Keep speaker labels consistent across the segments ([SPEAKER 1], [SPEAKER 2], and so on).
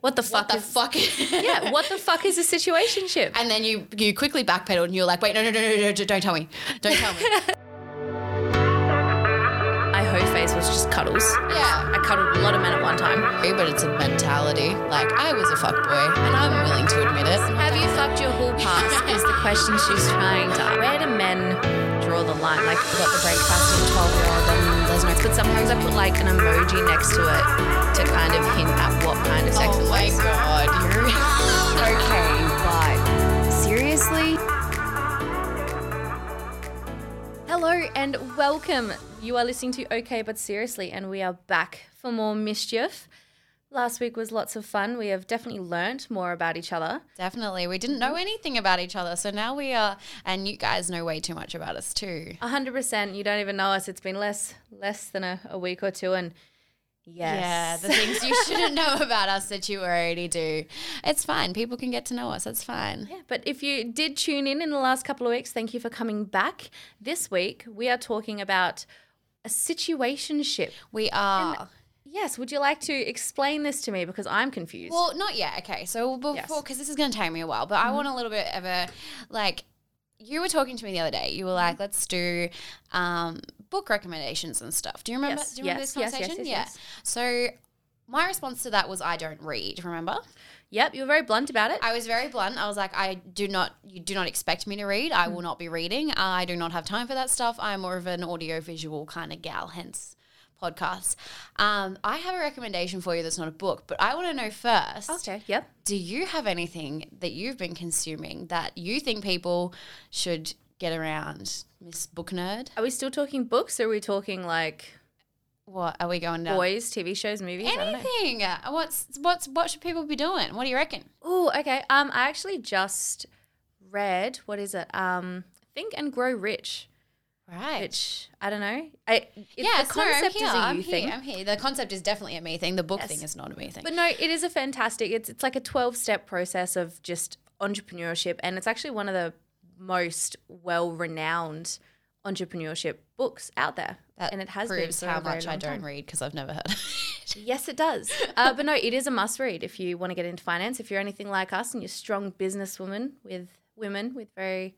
[SPEAKER 1] what the fuck
[SPEAKER 2] What the
[SPEAKER 1] is
[SPEAKER 2] fuck?
[SPEAKER 1] yeah, what the fuck is a situationship?
[SPEAKER 2] And then you you quickly backpedaled and you're like, wait, no, no, no, no, no, don't tell me, don't tell me.
[SPEAKER 1] My whole phase was just cuddles.
[SPEAKER 2] yeah.
[SPEAKER 1] I cuddled a lot of men at one time.
[SPEAKER 2] But it's a mentality. Like I was a fuckboy, and I'm willing to admit it.
[SPEAKER 1] Have you fucked your whole past? is the question she's trying to ask. Where do men draw the line? Like, you got the breakfast and 12 year old, and there's no. But sometimes I put like an emoji next to it to kind of hint at what kind of sex it
[SPEAKER 2] Oh my
[SPEAKER 1] was.
[SPEAKER 2] god, you're.
[SPEAKER 1] Okay, but seriously? Hello and welcome. You are listening to Okay But Seriously, and we are back for more mischief. Last week was lots of fun. We have definitely learnt more about each other.
[SPEAKER 2] Definitely. We didn't know anything about each other. So now we are, and you guys know way too much about us too.
[SPEAKER 1] 100%. You don't even know us. It's been less less than a, a week or two, and
[SPEAKER 2] Yeah,
[SPEAKER 1] yes.
[SPEAKER 2] the things you shouldn't know about us that you already do. It's fine. People can get to know us. It's fine.
[SPEAKER 1] Yeah, but if you did tune in in the last couple of weeks, thank you for coming back. This week, we are talking about a situationship.
[SPEAKER 2] We are.
[SPEAKER 1] Yes, would you like to explain this to me because I'm confused?
[SPEAKER 2] Well, not yet. Okay. So before,
[SPEAKER 1] Yes. Mm-hmm.
[SPEAKER 2] because this is going to take me a while, but I want a little bit of a, like, you were talking to me the other day. You were like,
[SPEAKER 1] Mm-hmm.
[SPEAKER 2] let's do um, book recommendations and stuff. Do you remember?
[SPEAKER 1] Yes,
[SPEAKER 2] Do you remember
[SPEAKER 1] yes,
[SPEAKER 2] this
[SPEAKER 1] yes, yes,
[SPEAKER 2] conversation?
[SPEAKER 1] yes,
[SPEAKER 2] yeah.
[SPEAKER 1] yes.
[SPEAKER 2] So my response to that was, I don't read. Remember?
[SPEAKER 1] yep, you were very blunt about it.
[SPEAKER 2] I was very blunt. I was like, I do not, you do not expect me to read. I
[SPEAKER 1] Mm.
[SPEAKER 2] will not be reading. I do not have time for that stuff. I'm more of an audio visual kind of gal, hence podcasts. Um, I have a recommendation for you that's not a book, but I want to know first
[SPEAKER 1] okay, yep.
[SPEAKER 2] do you have anything that you've been consuming that you think people should get around, Miss Book Nerd?
[SPEAKER 1] Are we still talking books or are we talking like
[SPEAKER 2] What are we going down?
[SPEAKER 1] boys, TV shows, movies? I don't know.
[SPEAKER 2] Anything. Uh, What's what's what should people be doing? What do you reckon?
[SPEAKER 1] Oh, okay. Um, I actually just read what is it? Um, Think and Grow Rich,
[SPEAKER 2] Right.
[SPEAKER 1] which I don't know. I it's,
[SPEAKER 2] Yes,
[SPEAKER 1] the
[SPEAKER 2] no, I'm
[SPEAKER 1] concept
[SPEAKER 2] here,
[SPEAKER 1] is a you
[SPEAKER 2] I'm
[SPEAKER 1] thing.
[SPEAKER 2] Here, I'm here. The concept is definitely a me thing. The book
[SPEAKER 1] Yes.
[SPEAKER 2] thing is not a me thing.
[SPEAKER 1] But no, it is a fantastic. It's it's like a twelve step process of just entrepreneurship, and it's actually one of the most well renowned entrepreneurship books out there.
[SPEAKER 2] That
[SPEAKER 1] and it has been
[SPEAKER 2] proves
[SPEAKER 1] for
[SPEAKER 2] how
[SPEAKER 1] a very
[SPEAKER 2] much I
[SPEAKER 1] long
[SPEAKER 2] don't
[SPEAKER 1] time.
[SPEAKER 2] read because I've never heard.
[SPEAKER 1] Yes, it does. Uh, but no, it is a must read if you want to get into finance. If you're anything like us and you're strong businesswoman with women with very,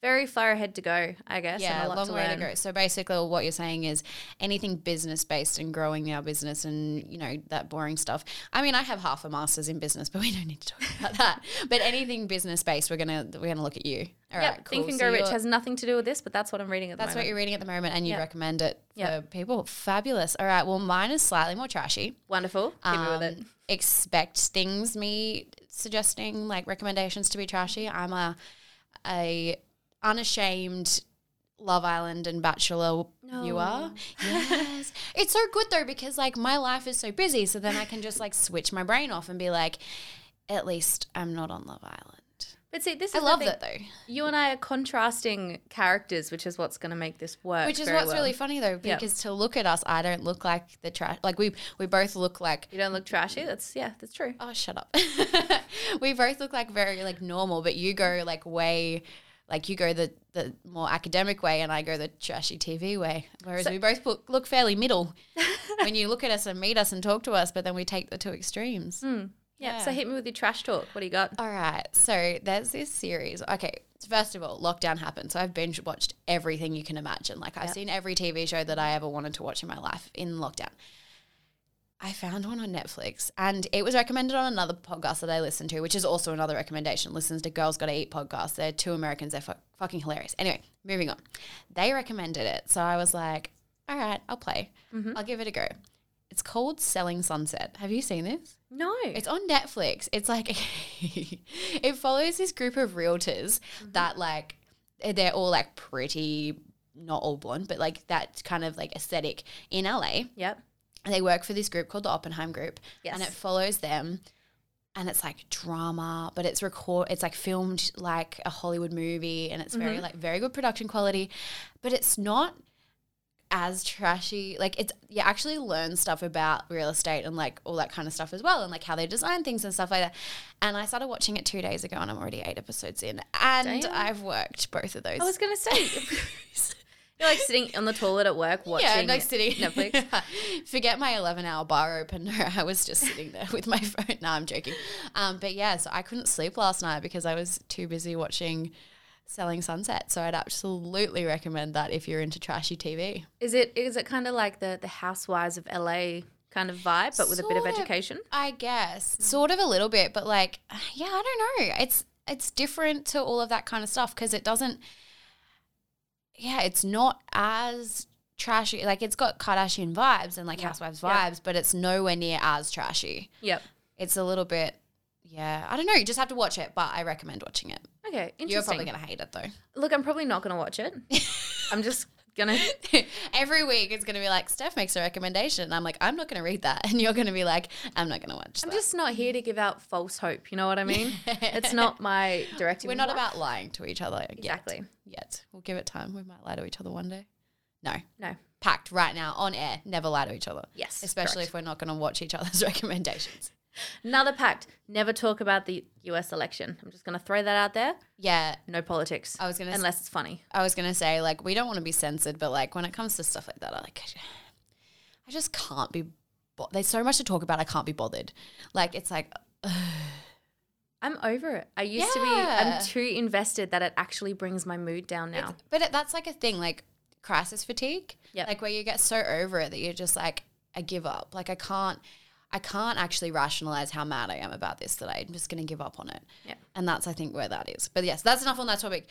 [SPEAKER 1] very far ahead to go, I guess. and
[SPEAKER 2] yeah,
[SPEAKER 1] a
[SPEAKER 2] a
[SPEAKER 1] lot
[SPEAKER 2] long way
[SPEAKER 1] learn.
[SPEAKER 2] to go. So basically, what you're saying is anything business based and growing our business and you know that boring stuff. I mean, I have half a master's in business, but we don't need to talk about that. But anything business based, we're gonna we're gonna look at you. All right,
[SPEAKER 1] Yep, Think
[SPEAKER 2] cool.
[SPEAKER 1] and
[SPEAKER 2] So
[SPEAKER 1] Grow Rich
[SPEAKER 2] you're-
[SPEAKER 1] has nothing to do with this, but that's what I'm reading at the
[SPEAKER 2] That's what
[SPEAKER 1] moment.
[SPEAKER 2] you're reading at the moment, and you
[SPEAKER 1] Yeah.
[SPEAKER 2] recommend it
[SPEAKER 1] Yeah.
[SPEAKER 2] for people. Fabulous. All right. Well, mine is slightly more trashy.
[SPEAKER 1] Wonderful. Keep it with it.
[SPEAKER 2] um, expect things me suggesting like recommendations to be trashy. I'm a a unashamed Love Island and Bachelor you are. Yes. it's so good though because like my life is so busy so then I can just like switch my brain off and be like at least I'm not on Love Island.
[SPEAKER 1] But see, this is
[SPEAKER 2] I
[SPEAKER 1] the
[SPEAKER 2] love
[SPEAKER 1] thing.
[SPEAKER 2] that though.
[SPEAKER 1] You and I are contrasting characters, which is what's going to make this work.
[SPEAKER 2] Which is
[SPEAKER 1] very
[SPEAKER 2] what's
[SPEAKER 1] well.
[SPEAKER 2] really funny though
[SPEAKER 1] Yeah.
[SPEAKER 2] because to look at us I don't look like the trash like we we both look like
[SPEAKER 1] You don't look trashy. That's yeah, that's true.
[SPEAKER 2] oh shut up we both look like very like normal but you go like way like you go the the more academic way and i go the trashy tv way whereas we both look, look fairly middle when you look at us and meet us and talk to us but then we take the two extremes
[SPEAKER 1] Yeah.
[SPEAKER 2] Yeah. Oh,
[SPEAKER 1] So hit me with your trash talk. What do you got?
[SPEAKER 2] all right so there's this series okay so first of all lockdown happened so i've binge watched everything you can imagine like i've seen every tv show that i ever wanted to watch in my life in lockdown I found one on Netflix and it was recommended on another podcast that I listened to, which is also another recommendation. Listens to Girls Gotta Eat podcast. They're two Americans. They're fu- fucking hilarious. Anyway, moving on. They recommended it. So I was like, all right, I'll play. I'll give it a go. It's called Selling Sunset. Have you seen this?
[SPEAKER 1] No.
[SPEAKER 2] It's on Netflix. It's like it follows this group of realtors that like they're all like pretty, not all blonde, but like that kind of like aesthetic in LA
[SPEAKER 1] yep.
[SPEAKER 2] they work for this group called the Oppenheim Group, and
[SPEAKER 1] Yes.
[SPEAKER 2] it follows them. And it's like drama, but it's record. It's like filmed like a Hollywood movie, and it's
[SPEAKER 1] Mm-hmm.
[SPEAKER 2] very like very good production quality, but it's not as trashy. Like it's you actually learn stuff about real estate and like all that kind of stuff as well, and like how they design things and stuff like that. And I started watching it two days ago, and I'm already eight episodes in, and
[SPEAKER 1] Damn.
[SPEAKER 2] I've worked both of those.
[SPEAKER 1] I was going to say. You're like sitting on the toilet at work watching
[SPEAKER 2] yeah, like sitting
[SPEAKER 1] Netflix.
[SPEAKER 2] Forget my eleven-hour bar open. No, I was just sitting there with my phone. No, I'm joking. Um, but yeah, so I couldn't sleep last night because I was too busy watching Selling Sunset. So I'd absolutely recommend that if you're into trashy TV.
[SPEAKER 1] Is it is it kind of like the the Housewives of LA kind of vibe, but with a bit of
[SPEAKER 2] Sort of.
[SPEAKER 1] education?
[SPEAKER 2] I guess sort of a little bit, but like, yeah, I don't know. It's it's different to all of that kind of stuff because it doesn't. Yeah, it's not as trashy. Like it's got Kardashian vibes and like Housewives
[SPEAKER 1] Yeah.
[SPEAKER 2] vibes, but it's nowhere near as trashy.
[SPEAKER 1] Yep.
[SPEAKER 2] It's a little bit. Yeah, I don't know. You just have to watch it, but I recommend watching it.
[SPEAKER 1] Okay, interesting.
[SPEAKER 2] You're probably gonna hate it though.
[SPEAKER 1] Look, I'm probably not gonna watch it. I'm just gonna.
[SPEAKER 2] Every week it's gonna be like Steph makes a recommendation, and I'm like, I'm not gonna read that, and you're gonna be like, I'm not gonna watch.
[SPEAKER 1] I'm
[SPEAKER 2] that.
[SPEAKER 1] just not here to give out false hope. You know what I mean? it's not my directive.
[SPEAKER 2] We're
[SPEAKER 1] in
[SPEAKER 2] not
[SPEAKER 1] life.
[SPEAKER 2] about lying to each other. yet.
[SPEAKER 1] exactly.
[SPEAKER 2] yet. We'll give it time. We might lie to each other one day. No.
[SPEAKER 1] No.
[SPEAKER 2] Packed right now on air. Never lie to each other.
[SPEAKER 1] Yes,
[SPEAKER 2] Especially
[SPEAKER 1] correct.
[SPEAKER 2] if we're not going to watch each other's recommendations.
[SPEAKER 1] Another pact: never talk about the U.S. election. I'm just gonna throw that out there.
[SPEAKER 2] Yeah.
[SPEAKER 1] No politics.
[SPEAKER 2] I was gonna s-
[SPEAKER 1] unless it's funny.
[SPEAKER 2] I was going to say, like, we don't want to be censored, but like, when it comes to stuff like that, I like, I just can't be. Bo- There's so much to talk about. I can't be bothered. Like, it's like,
[SPEAKER 1] I'm over it. I used to be. I'm
[SPEAKER 2] Yeah.
[SPEAKER 1] too invested that it actually brings my mood down now.
[SPEAKER 2] but it, that's like a thing, like crisis fatigue.
[SPEAKER 1] Yep.
[SPEAKER 2] Like, where you get so over it that you're just like, I give up. Like, I can't. I can't actually rationalize how mad I am about this today. I'm just going to give up on it.
[SPEAKER 1] yeah.
[SPEAKER 2] And that's, I think, where that is. But yes, that's enough on that topic.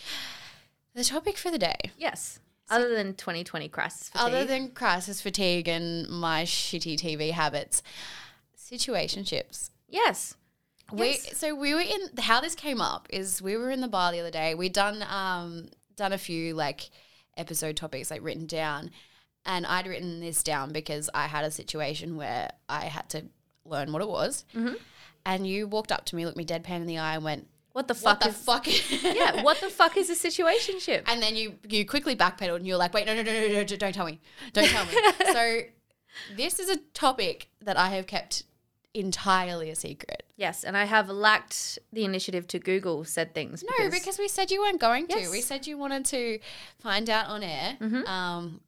[SPEAKER 2] The topic for the day,
[SPEAKER 1] Yes. Other than 2020 crisis fatigue.
[SPEAKER 2] other than crisis fatigue and my shitty TV habits, situationships.
[SPEAKER 1] yes.
[SPEAKER 2] We
[SPEAKER 1] Yes.
[SPEAKER 2] so we were in how this came up is we were in the bar the other day. We'd done um done a few like episode topics like written down, and I'd written this down because I had a situation where I had to learn what it was.
[SPEAKER 1] Mm-hmm.
[SPEAKER 2] And you walked up to me, looked me deadpan in the eye, and went,
[SPEAKER 1] What the fuck
[SPEAKER 2] "What the
[SPEAKER 1] is
[SPEAKER 2] fuck?"
[SPEAKER 1] Yeah, what the fuck is a situationship?
[SPEAKER 2] And then you you quickly backpedaled and you're like, wait, no, no, no, no, no, don't tell me, don't tell me. so this is a topic that I have kept entirely a secret.
[SPEAKER 1] yes, and I have lacked the initiative to Google said things.
[SPEAKER 2] No, because we said you weren't going to. We
[SPEAKER 1] Yes.
[SPEAKER 2] said you wanted to find out on air. Um,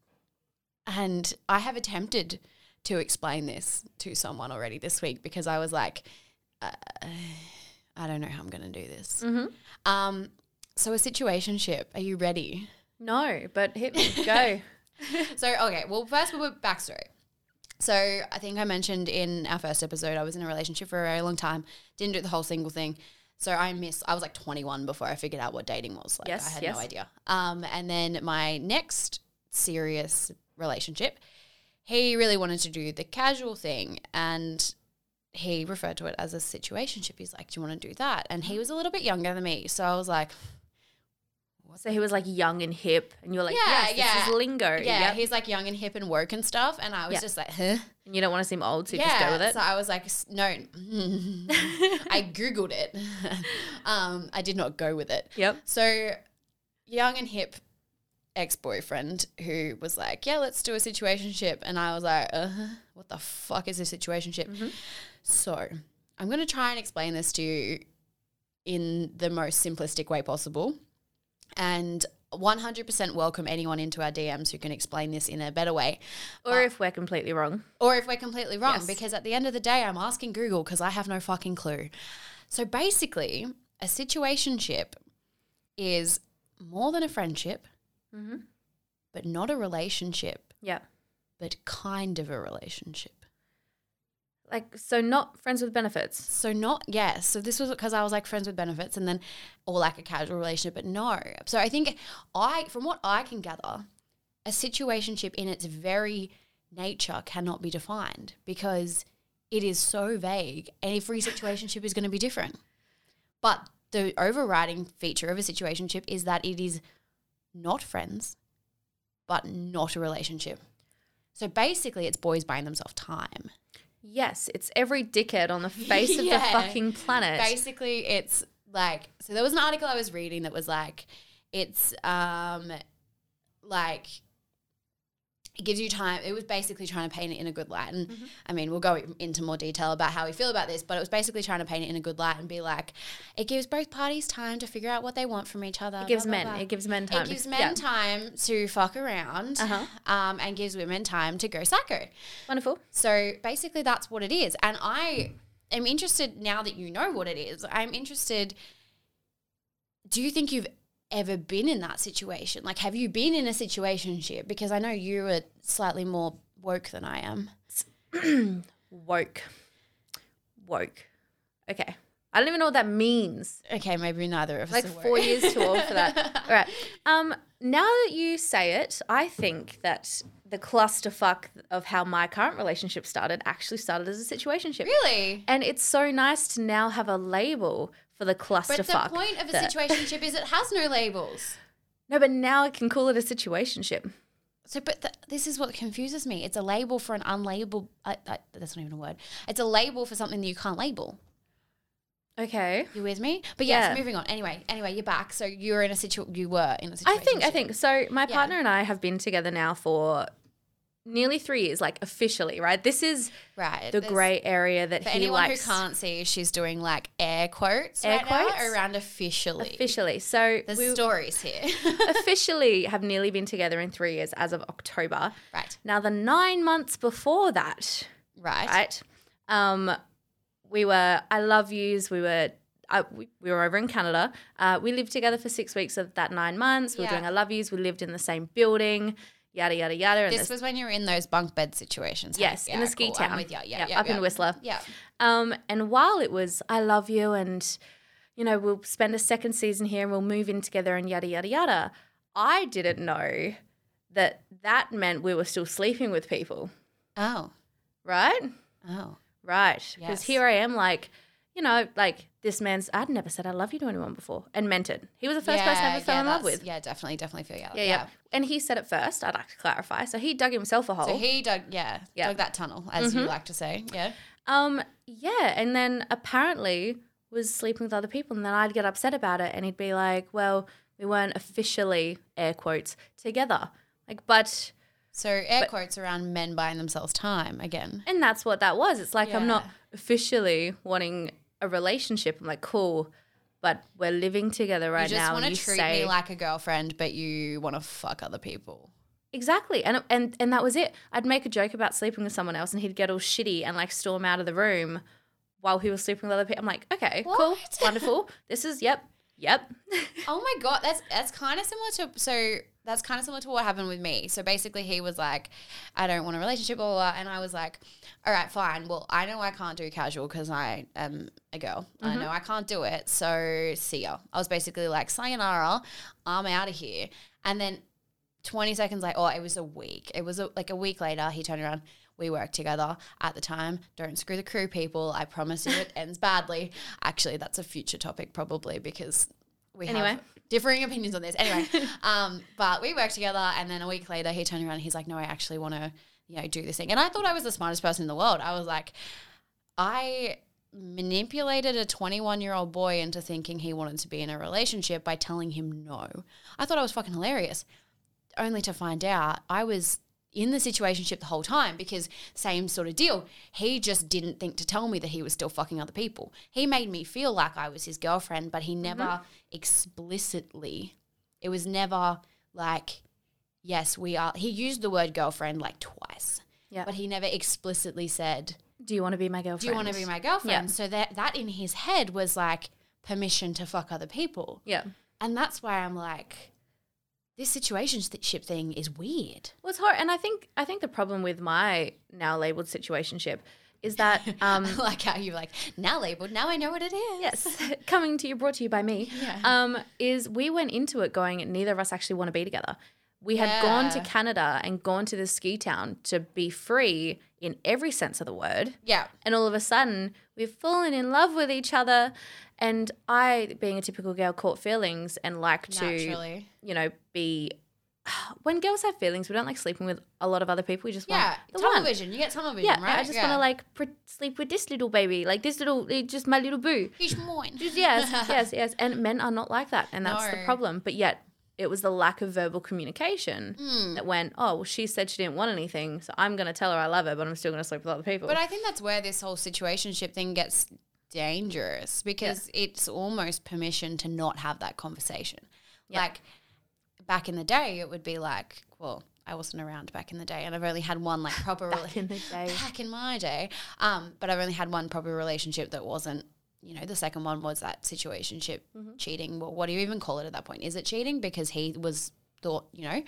[SPEAKER 2] and I have attempted to explain this to someone already this week because I was like, uh, I don't know how I'm going to do this. Um, so a situationship. Are you ready?
[SPEAKER 1] no, but hit me, go.
[SPEAKER 2] So okay, well first we were backstory. So I think I mentioned in our first episode I was in a relationship for a very long time. Didn't do the whole single thing. So I miss I was like 21 before I figured out what dating was. Like
[SPEAKER 1] Yes,
[SPEAKER 2] I had
[SPEAKER 1] yes.
[SPEAKER 2] no idea. Um and then my next serious relationship, he really wanted to do the casual thing and he referred to it as a situationship. He's like, "Do you want to do that?" And he was a little bit younger than me, so I was like,
[SPEAKER 1] so he was like young and hip, and you were like,
[SPEAKER 2] Yeah,
[SPEAKER 1] yes, this
[SPEAKER 2] yeah.
[SPEAKER 1] is lingo.
[SPEAKER 2] "Yeah."
[SPEAKER 1] Oh, yep.
[SPEAKER 2] He's like young and hip and woke and stuff, and I was
[SPEAKER 1] Yeah.
[SPEAKER 2] just like, "Huh."
[SPEAKER 1] and you don't want to seem old, so you just go with it.
[SPEAKER 2] So I was like, s- no, I googled it. um, I did not go with it.
[SPEAKER 1] yep.
[SPEAKER 2] So, young and hip ex boyfriend who was like, yeah, let's do a situationship, and I was like, uh, what the fuck is a situationship?
[SPEAKER 1] Mm-hmm.
[SPEAKER 2] So, I'm gonna try and explain this to you in the most simplistic way possible, and. 100% welcome anyone into our DMs who can explain this in a better way
[SPEAKER 1] Or if we're completely wrong.
[SPEAKER 2] or if we're completely wrong
[SPEAKER 1] Yes.
[SPEAKER 2] because at the end of the day i'm asking google because i have no fucking clue so basically a situationship is more than a friendship Mm-hmm. but not a relationship
[SPEAKER 1] Yeah.
[SPEAKER 2] but kind of a relationship
[SPEAKER 1] Like, so not friends with benefits.
[SPEAKER 2] so not yes so this was because i was like friends with benefits and then or like a casual relationship but no so i think i from what i can gather a situationship in its very nature cannot be defined because it is so vague and every situationship is going to be different but the overriding feature of a situationship is that it is not friends but not a relationship so basically it's boys buying themselves time
[SPEAKER 1] Yes, it's every dickhead on the face of the
[SPEAKER 2] Yeah.
[SPEAKER 1] fucking planet.
[SPEAKER 2] basically it's like so there was an article i was reading that was like it's um like it gives you time. It was basically trying to paint it in a good light. And
[SPEAKER 1] Mm-hmm.
[SPEAKER 2] I mean, we'll go into more detail about how we feel about this, but it was basically trying to paint it in a good light and be like, it gives both parties time to figure out what they want from each other.
[SPEAKER 1] It gives men. It gives men time.
[SPEAKER 2] It gives
[SPEAKER 1] Yeah. Uh-huh.
[SPEAKER 2] men time to fuck around um, and gives women time to go psycho.
[SPEAKER 1] Wonderful.
[SPEAKER 2] So basically, that's what it is. And I am interested now that you know what it is. I'm interested. Do you think you've ever been in that situation? Like, have you been in a situation ship? Because I know you are slightly more woke than I am.
[SPEAKER 1] Woke. Woke. Okay. I don't even know what that means.
[SPEAKER 2] Okay, maybe neither of us
[SPEAKER 1] like
[SPEAKER 2] are woke.
[SPEAKER 1] four years too old for that. All right. Um, now that you say it, I think that the clusterfuck of how my current relationship started actually started as a situationship.
[SPEAKER 2] Really?
[SPEAKER 1] And it's so nice to now have a label for the clusterfuck.
[SPEAKER 2] But the point of a
[SPEAKER 1] that-
[SPEAKER 2] situation ship is it has no labels.
[SPEAKER 1] No, but now I can call it a situationship.
[SPEAKER 2] So, but th- this is what confuses me. It's a label for an unlabeled. I, I, that's not even a word. It's a label for something that you can't label.
[SPEAKER 1] Okay.
[SPEAKER 2] You with me? But yes,
[SPEAKER 1] Yeah.
[SPEAKER 2] moving on. Anyway, anyway, you're back. So you were in a situ. You were in a
[SPEAKER 1] I
[SPEAKER 2] situation.
[SPEAKER 1] think I think so. My
[SPEAKER 2] Yeah.
[SPEAKER 1] partner and I have been together now for nearly three years, like officially, right? This is
[SPEAKER 2] right.
[SPEAKER 1] the
[SPEAKER 2] There's-
[SPEAKER 1] grey area that
[SPEAKER 2] For
[SPEAKER 1] he
[SPEAKER 2] anyone
[SPEAKER 1] likes
[SPEAKER 2] who can't see, she's doing like air quotes.
[SPEAKER 1] Air
[SPEAKER 2] right now
[SPEAKER 1] quotes?
[SPEAKER 2] around officially.
[SPEAKER 1] officially. So
[SPEAKER 2] There's
[SPEAKER 1] we
[SPEAKER 2] stories here.
[SPEAKER 1] officially have nearly been together in three years as of October.
[SPEAKER 2] right.
[SPEAKER 1] Now the nine months before that,
[SPEAKER 2] Right.
[SPEAKER 1] right? Um, we were I love yous. We were I, we, we were over in Canada. Uh, we lived together for six weeks of that nine months. We were
[SPEAKER 2] Yeah.
[SPEAKER 1] doing I love yous. We lived in the same building. Yada yada yada. And
[SPEAKER 2] This was when you were in those bunk bed situations. hey?
[SPEAKER 1] Yes, in
[SPEAKER 2] Yeah,
[SPEAKER 1] the ski
[SPEAKER 2] cool. I'm
[SPEAKER 1] town.
[SPEAKER 2] with you. Yeah,
[SPEAKER 1] Yep,
[SPEAKER 2] yeah,
[SPEAKER 1] up
[SPEAKER 2] yeah.
[SPEAKER 1] in Whistler.
[SPEAKER 2] Yeah.
[SPEAKER 1] Um, and while it was, I love you, and you know, we'll spend a second season here, and we'll move in together, and yada yada yada. I didn't know that that meant we were still sleeping with people,
[SPEAKER 2] Oh.
[SPEAKER 1] right?
[SPEAKER 2] Oh.
[SPEAKER 1] Right. Because
[SPEAKER 2] Yes.
[SPEAKER 1] here I am, like, you know, like this man's. I'd never said I love you to anyone before, and meant it. He was the first person I ever fell in love
[SPEAKER 2] that's-
[SPEAKER 1] with.
[SPEAKER 2] Yeah, definitely, definitely feel yeah.
[SPEAKER 1] Yeah, yeah, And he said it first. I'd like to clarify. So he dug himself a hole.
[SPEAKER 2] So he dug, yeah,
[SPEAKER 1] Yeah. Mm-hmm.
[SPEAKER 2] dug that tunnel, as you like to say. Yeah.
[SPEAKER 1] Um, yeah, and then apparently was sleeping with other people, and then I'd get upset about it, and he'd be like, "Well, we weren't officially air quotes together." Like, but
[SPEAKER 2] So air quotes around men buying themselves time again.
[SPEAKER 1] and that's what that was. It's like I'm not
[SPEAKER 2] Yeah.
[SPEAKER 1] officially wanting a relationship. I'm like, cool, but we're living together right
[SPEAKER 2] you just
[SPEAKER 1] now.
[SPEAKER 2] want
[SPEAKER 1] and
[SPEAKER 2] to
[SPEAKER 1] you
[SPEAKER 2] treat
[SPEAKER 1] say-
[SPEAKER 2] me like a girlfriend, but you want to fuck other people.
[SPEAKER 1] exactly, and and and that was it. I'd make a joke about sleeping with someone else, and he'd get all shitty and like storm out of the room while he was sleeping with other people. I'm like, okay, cool,
[SPEAKER 2] What?
[SPEAKER 1] wonderful. This is yep, yep.
[SPEAKER 2] Oh my god, that's that's kind of similar to so that's kind of similar to what happened with me. So basically, he was like, "I don't want a relationship," blah, blah, blah. and I was like, "All right, fine. Well, I know I can't do casual because I am a girl.
[SPEAKER 1] Mm-hmm.
[SPEAKER 2] I know I can't do it. So see ya." I was basically like, "Sayonara, I'm out of here." And then 20 seconds later, oh, it was a week. It was a, like a week later, he turned around. We worked together at the time. Don't screw the crew, people. I promise you it ends badly. Actually, that's a future topic probably because we have
[SPEAKER 1] Anyway.
[SPEAKER 2] differing opinions on this. Anyway, um, but we worked together and then a week later he turned around and he's like, No, I actually want to, you know, do this thing. And I thought I was the smartest person in the world. I was like, I manipulated a 21 year old boy into thinking he wanted to be in a relationship by telling him no. I thought I was fucking hilarious only to find out I was in the situationship the whole time because same sort of deal. He just didn't think to tell me that he was still fucking other people. He made me feel like I was his girlfriend, but he never explicitly. It was never like, yes, we are. He used the word girlfriend like twice,
[SPEAKER 1] Yeah.
[SPEAKER 2] but he never explicitly said,
[SPEAKER 1] Do you want to be my girlfriend?
[SPEAKER 2] "Do you want to be my girlfriend?" So that that in his head was like permission to fuck other people.
[SPEAKER 1] Yeah.
[SPEAKER 2] And that's why I'm like, this situationship thing is weird.
[SPEAKER 1] Well, it's hard, and I think I think the problem with my now labeled situationship is that um,
[SPEAKER 2] like how you're like, now labeled, now I know what it is.
[SPEAKER 1] yes, coming to you, brought to you by me,
[SPEAKER 2] Yeah.
[SPEAKER 1] um, is we went into it going neither of us actually want to be together. We had gone to
[SPEAKER 2] Yeah.
[SPEAKER 1] Canada and gone to this ski town to be free in every sense of the word.
[SPEAKER 2] Yeah.
[SPEAKER 1] And all of a sudden, we've fallen in love with each other. And I, being a typical girl, caught feelings and like to
[SPEAKER 2] Naturally.
[SPEAKER 1] you know, be. When girls have feelings, we don't like sleeping with a lot of other people. We just
[SPEAKER 2] Yeah.
[SPEAKER 1] want the
[SPEAKER 2] tunnel
[SPEAKER 1] one.
[SPEAKER 2] vision. You get tunnel vision,
[SPEAKER 1] Yeah,
[SPEAKER 2] right?
[SPEAKER 1] I just want to like pre- sleep with this little baby, like this little, eh, just my little boo.
[SPEAKER 2] Huge moin.
[SPEAKER 1] Yes, yes, yes. And men are not like that, and that's the
[SPEAKER 2] No.
[SPEAKER 1] problem. But yet, it was the lack of verbal communication
[SPEAKER 2] Hmm.
[SPEAKER 1] that went, oh, well, she said she didn't want anything, so I'm going to tell her I love her, but I'm still going to sleep with other people.
[SPEAKER 2] But I think that's where this whole situationship thing gets dangerous because it's almost permission to not have that conversation. Like back in the day, it would be like, well, I wasn't around back in the day, and I've only had one like proper
[SPEAKER 1] Back in the day.
[SPEAKER 2] back in my day. Um, but I've only had one proper relationship that wasn't. You know, the second one was that situationship cheating. Well, what do you even call it at that point? Is it cheating because he was thought, you know,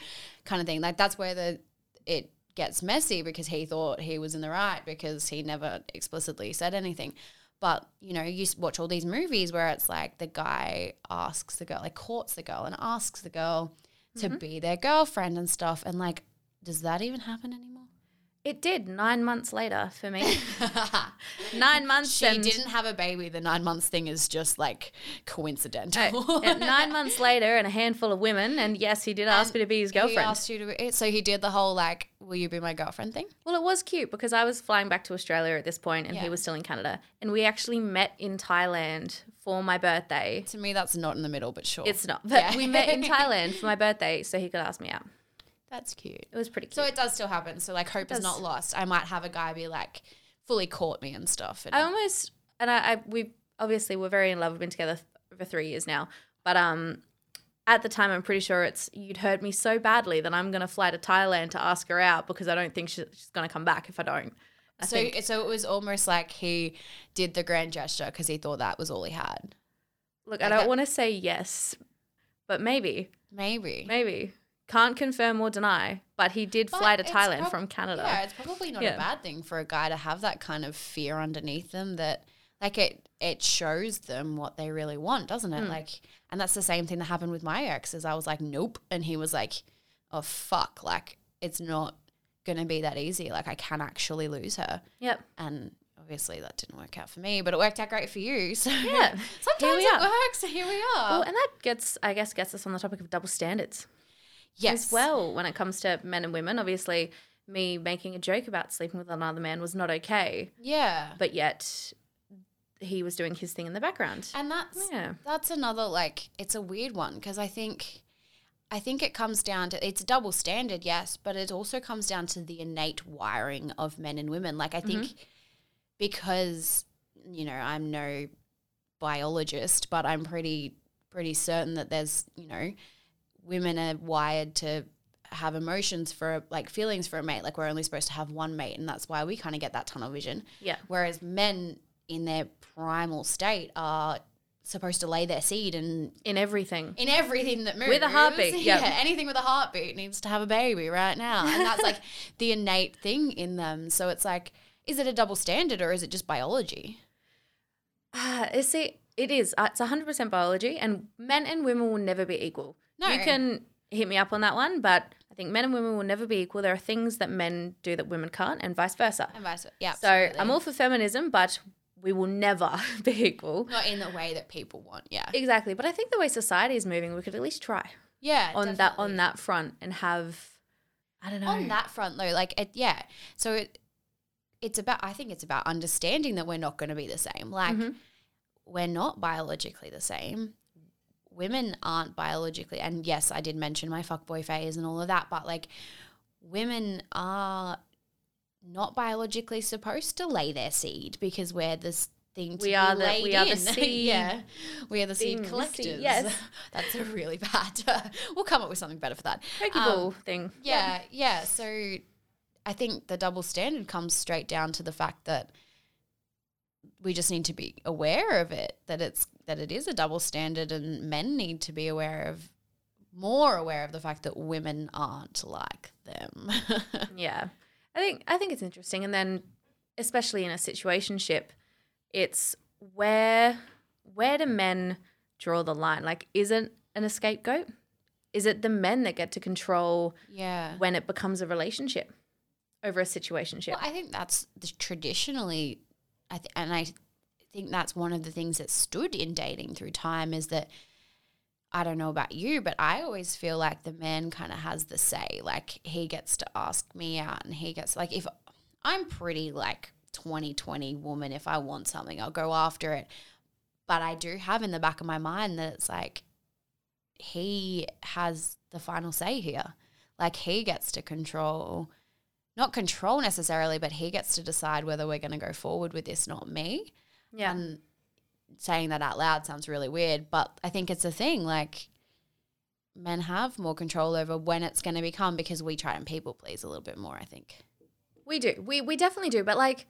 [SPEAKER 2] kind of thing. Like that's where the it gets messy because he thought he was in the right because he never explicitly said anything. But you know, you s- watch all these movies where it's like the guy asks the girl, like courts the girl and asks the girl to be their girlfriend and stuff. And like, does that even happen anymore?
[SPEAKER 1] it did nine months later for me. nine months.
[SPEAKER 2] She
[SPEAKER 1] and-
[SPEAKER 2] didn't have a baby. The nine months thing is just like coincidental.
[SPEAKER 1] at nine months later and a handful of women and yes he did ask me to be his
[SPEAKER 2] He
[SPEAKER 1] girlfriend
[SPEAKER 2] asked you to be, so he did the whole like, "Will you be my girlfriend?" thing.
[SPEAKER 1] well it was cute because i was flying back to australia at this point and
[SPEAKER 2] Yeah.
[SPEAKER 1] he was still in canada and we actually met in thailand for my birthday
[SPEAKER 2] To me, that's not in the middle, but sure,
[SPEAKER 1] it's not but
[SPEAKER 2] Yeah.
[SPEAKER 1] we met in thailand for my birthday so he could ask me out
[SPEAKER 2] that's cute.
[SPEAKER 1] it was pretty cute
[SPEAKER 2] So it does still happen. So like, hope is
[SPEAKER 1] does.
[SPEAKER 2] not lost. I might have a guy be like, fully caught me and stuff. And
[SPEAKER 1] I almost and I, I we obviously we're very in love. We've been together th- over three years now, but um, at the time I'm pretty sure it's you'd hurt me so badly that I'm gonna fly to Thailand to ask her out because I don't think she, she's gonna come back if I don't. I
[SPEAKER 2] so
[SPEAKER 1] think
[SPEAKER 2] so it was almost like he did the grand gesture because he thought that was all he had.
[SPEAKER 1] look, I
[SPEAKER 2] like
[SPEAKER 1] don't
[SPEAKER 2] that-
[SPEAKER 1] want to say yes, but maybe,
[SPEAKER 2] Maybe.
[SPEAKER 1] maybe can't confirm or deny. But he did fly
[SPEAKER 2] But
[SPEAKER 1] to
[SPEAKER 2] it's
[SPEAKER 1] Thailand
[SPEAKER 2] prob-
[SPEAKER 1] from Canada.
[SPEAKER 2] Yeah, it's probably not
[SPEAKER 1] Yeah.
[SPEAKER 2] a bad thing for a guy to have that kind of fear underneath them that like it it shows them what they really want, doesn't
[SPEAKER 1] Hmm.
[SPEAKER 2] it? Like and that's the same thing that happened with my ex is I was like, Nope and he was like, Oh fuck, like it's not gonna be that easy. Like I can actually lose her.
[SPEAKER 1] Yep.
[SPEAKER 2] And obviously that didn't work out for me, but it worked out great for you. So
[SPEAKER 1] Yeah. Here
[SPEAKER 2] sometimes
[SPEAKER 1] we
[SPEAKER 2] it
[SPEAKER 1] are.
[SPEAKER 2] works. Here we
[SPEAKER 1] Oh,
[SPEAKER 2] are.
[SPEAKER 1] and that gets, I guess, gets us on the topic of double standards.
[SPEAKER 2] yes.
[SPEAKER 1] as well when it comes to men and women. Obviously, me making a joke about sleeping with another man was not okay,
[SPEAKER 2] Yeah.
[SPEAKER 1] but yet he was doing his thing in the background.
[SPEAKER 2] And that's
[SPEAKER 1] Yeah.
[SPEAKER 2] that's another like it's a weird one because I think I think it comes down to it's a double standard, yes, but it also comes down to the innate wiring of men and women. Like I think because you know I'm no biologist, but I'm pretty pretty certain that there's you know women are wired to have emotions for like feelings for a mate. Like we're only supposed to have one mate, and that's why we kind of get that tunnel vision.
[SPEAKER 1] Yeah.
[SPEAKER 2] Whereas men in their primal state are supposed to lay their seed and
[SPEAKER 1] In everything.
[SPEAKER 2] in everything that moves.
[SPEAKER 1] With a heartbeat, yeah.
[SPEAKER 2] Anything with a heartbeat needs to have a baby right now. And that's like the innate thing in them. So it's like, is it a double standard or is it just biology?
[SPEAKER 1] Ah, you see, it is. Uh, It's 100% biology, and men and women will never be equal.
[SPEAKER 2] No.
[SPEAKER 1] You can hit me up on that one, but I think men and women will never be equal. There are things that men do that women can't, and vice versa.
[SPEAKER 2] And vice versa. Yeah.
[SPEAKER 1] So
[SPEAKER 2] Um, absolutely.
[SPEAKER 1] I'm all for feminism, but we will never be equal.
[SPEAKER 2] not in the way that people want. Yeah.
[SPEAKER 1] Exactly. But I think the way society is moving, we could at least try.
[SPEAKER 2] Yeah.
[SPEAKER 1] on that on
[SPEAKER 2] definitely.
[SPEAKER 1] that front and have I don't know.
[SPEAKER 2] on that front though like it, yeah so it, it's about i think it's about understanding that we're not going to be the same like
[SPEAKER 1] Mm-hmm.
[SPEAKER 2] we're not biologically the same women aren't biologically and yes i did mention my fuckboy phase and all of that but like women are not biologically supposed to lay their seed because we're this thing to
[SPEAKER 1] We
[SPEAKER 2] be
[SPEAKER 1] are the-
[SPEAKER 2] laid
[SPEAKER 1] we are the
[SPEAKER 2] in.
[SPEAKER 1] seed
[SPEAKER 2] yeah we are the seed
[SPEAKER 1] thing, the seed,
[SPEAKER 2] collectors
[SPEAKER 1] yes.
[SPEAKER 2] that's a really bad we'll come up with something better for that
[SPEAKER 1] Pokeball
[SPEAKER 2] Um,
[SPEAKER 1] thing.
[SPEAKER 2] yeah, yeah. So I think the double standard comes straight down to the fact that we just need to be aware of it that it's that it is a double standard and men need to be aware of more aware of the fact that women aren't like them.
[SPEAKER 1] Yeah. I think I think it's interesting and then especially in a situationship it's where where do men draw the line? Like is it an escape goat? Is it the men that get to control
[SPEAKER 2] yeah.
[SPEAKER 1] when it becomes a relationship over a situationship?
[SPEAKER 2] Well, I think that's the, traditionally, I th- and I think that's one of the things that stood in dating through time is that I don't know about you, but I always feel like the man kind of has the say. Like he gets to ask me out, and he gets like if I'm pretty like 2020 woman, if I want something, I'll go after it. But I do have in the back of my mind that it's like he has the final say here. Like he gets to control, not control necessarily, but he gets to decide whether we're going to go forward with this, not me.
[SPEAKER 1] Yeah.
[SPEAKER 2] And saying that out loud sounds really weird, but I think it's a thing. Like men have more control over when it's going to become because we try and people please a little bit more, I think.
[SPEAKER 1] We do. We we definitely do. But like,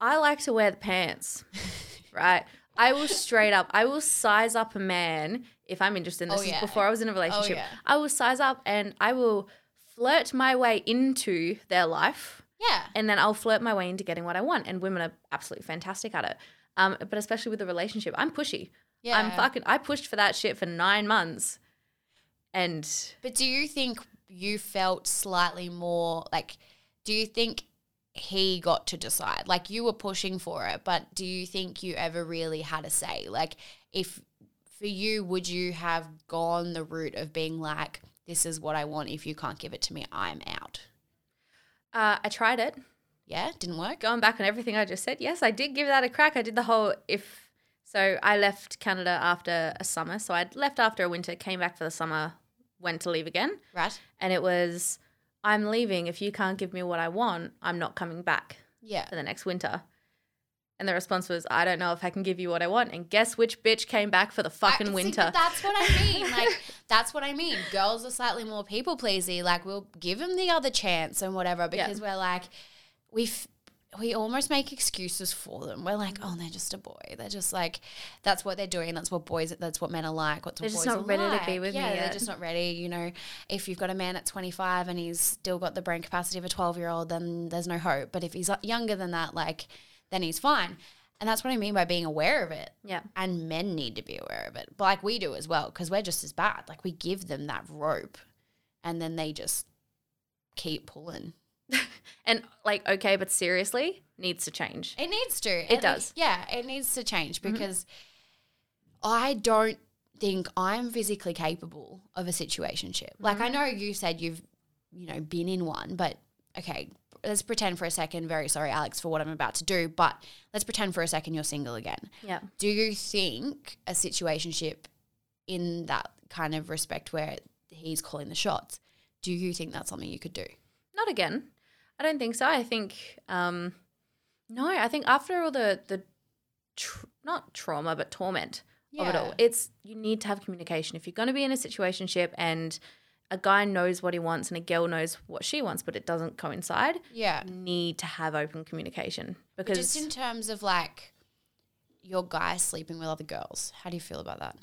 [SPEAKER 1] I like to wear the pants, right? I will straight up. I will size up a man if I'm interested. in This
[SPEAKER 2] Oh,
[SPEAKER 1] is
[SPEAKER 2] yeah.
[SPEAKER 1] before I was in a relationship.
[SPEAKER 2] Oh, yeah.
[SPEAKER 1] I will size up and I will flirt my way into their life,
[SPEAKER 2] Yeah.
[SPEAKER 1] and then I'll flirt my way into getting what I want. And women are absolutely fantastic at it. Um, but especially with a relationship, I'm pushy.
[SPEAKER 2] Yeah.
[SPEAKER 1] I'm fucking. I pushed for that shit for nine months, and
[SPEAKER 2] But do you think you felt slightly more like, do you think he got to decide? Like, you were pushing for it, but do you think you ever really had a say? Like, if for you, would you have gone the route of being like, this is what I want. If you can't give it to me, I'm out?
[SPEAKER 1] uh, I tried it.
[SPEAKER 2] Yeah, didn't work.
[SPEAKER 1] going back on everything I just said, yes, I did give that a crack. I did the whole if so I left Canada after a summer. So I'd left after a winter, came back for the summer, went to leave again.
[SPEAKER 2] Right?
[SPEAKER 1] And it was I'm leaving. If you can't give me what I want, I'm not coming back
[SPEAKER 2] Yeah.
[SPEAKER 1] for the next winter. And the response was, I don't know if I can give you what I want. And guess which bitch came back for the fucking
[SPEAKER 2] I- see,
[SPEAKER 1] winter?
[SPEAKER 2] but that's what I mean. Like that's what I mean. Girls are slightly more people pleasy. Like we'll give them the other chance and whatever because we're like we f- we almost make excuses for them. We're like, oh, they're just a boy. They're just like that's what they're doing. That's what boys. That's what men are like. What's
[SPEAKER 1] They're
[SPEAKER 2] what
[SPEAKER 1] just
[SPEAKER 2] boys
[SPEAKER 1] not
[SPEAKER 2] are
[SPEAKER 1] ready to
[SPEAKER 2] like.
[SPEAKER 1] be with me
[SPEAKER 2] yeah,
[SPEAKER 1] yet.
[SPEAKER 2] they're just not ready. You know, if you've got a man at 25 and he's still got the brain capacity of a 12 year old, then there's no hope. But if he's uh, younger than that, like then he's fine. And that's what I mean by being aware of it
[SPEAKER 1] yeah.
[SPEAKER 2] and men need to be aware of it but like we do as well because we're just as bad like we give them that rope and then they just keep pulling
[SPEAKER 1] And like, okay, but seriously, needs to change.
[SPEAKER 2] it needs to it, Mm-hmm.
[SPEAKER 1] does.
[SPEAKER 2] yeah it needs to change because i don't think i'm physically capable of a situationship like i know you said you've you know been in one but okay let's pretend for a second very sorry alex for what i'm about to do but let's pretend for a second you're single again
[SPEAKER 1] Yeah.
[SPEAKER 2] Do you think a situationship in that kind of respect where he's calling the shots, do you think that's something you could do?
[SPEAKER 1] not again. I don't think so. I think um, no. I think after all the the tr- not trauma but torment of it
[SPEAKER 2] Yeah.
[SPEAKER 1] all, it's you need to have communication if you're going to be in a situationship and a guy knows what he wants and a girl knows what she wants, but it doesn't coincide.
[SPEAKER 2] Yeah.
[SPEAKER 1] You need to have open communication because
[SPEAKER 2] Just in terms of like your guy sleeping with other girls, how do you feel about that?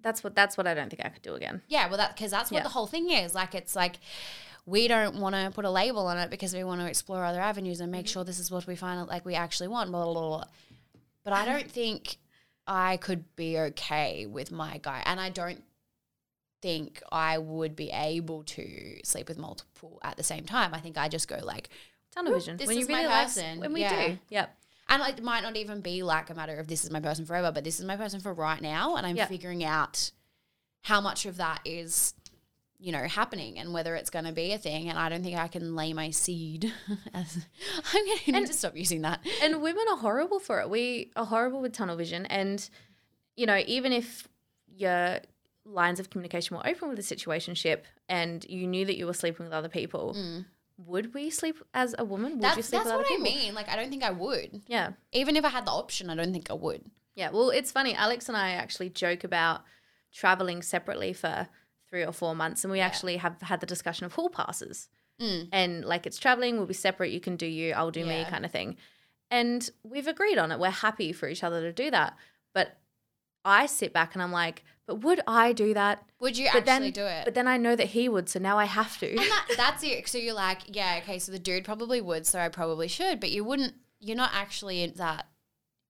[SPEAKER 1] that's what that's what I don't think I could do again.
[SPEAKER 2] Yeah, well, that because that's what
[SPEAKER 1] Yeah.
[SPEAKER 2] the whole thing is. Like, it's like we don't want to put a label on it because we want to explore other avenues and make sure this is what we find like we actually want. Blah, blah, blah, blah. But I don't think I could be okay with my guy, and I don't think I would be able to sleep with multiple at the same time. I think I just go like,
[SPEAKER 1] Television.
[SPEAKER 2] this
[SPEAKER 1] when you
[SPEAKER 2] is my
[SPEAKER 1] really like-
[SPEAKER 2] person.
[SPEAKER 1] When we
[SPEAKER 2] Yeah.
[SPEAKER 1] do. Yep.
[SPEAKER 2] and it might not even be like a matter of this is my person forever, but this is my person for right now. And I'm
[SPEAKER 1] Yeah.
[SPEAKER 2] figuring out how much of that is, you know, happening and whether it's going to be a thing. And I don't think I can lay my seed. as, I'm going to need to stop using that.
[SPEAKER 1] and women are horrible for it. We are horrible with tunnel vision, and you know, even if your lines of communication were open with a situationship, and you knew that you were sleeping with other people, would we sleep as a woman? Would you
[SPEAKER 2] Mm. That's,
[SPEAKER 1] sleep
[SPEAKER 2] that's
[SPEAKER 1] with other
[SPEAKER 2] what
[SPEAKER 1] people?
[SPEAKER 2] I mean. Like, I don't think I would.
[SPEAKER 1] Yeah,
[SPEAKER 2] Even if I had the option, I don't think I would.
[SPEAKER 1] yeah. Well, it's funny. Alex and I actually joke about traveling separately for three or four months, and we actually have had the discussion of hall passes. And like it's traveling, we'll be separate. You can do you, I'll do me,
[SPEAKER 2] Yeah.
[SPEAKER 1] kind of thing. And we've agreed on it. We're happy for each other to do that. But I sit back and I'm like, but would I do that?
[SPEAKER 2] Would you
[SPEAKER 1] But
[SPEAKER 2] actually
[SPEAKER 1] then,
[SPEAKER 2] do it?
[SPEAKER 1] but then I know that he would, so now I have to.
[SPEAKER 2] And that, that's it. So you're like, yeah, okay, so the dude probably would, so I probably should, but you wouldn't, you're not actually in that,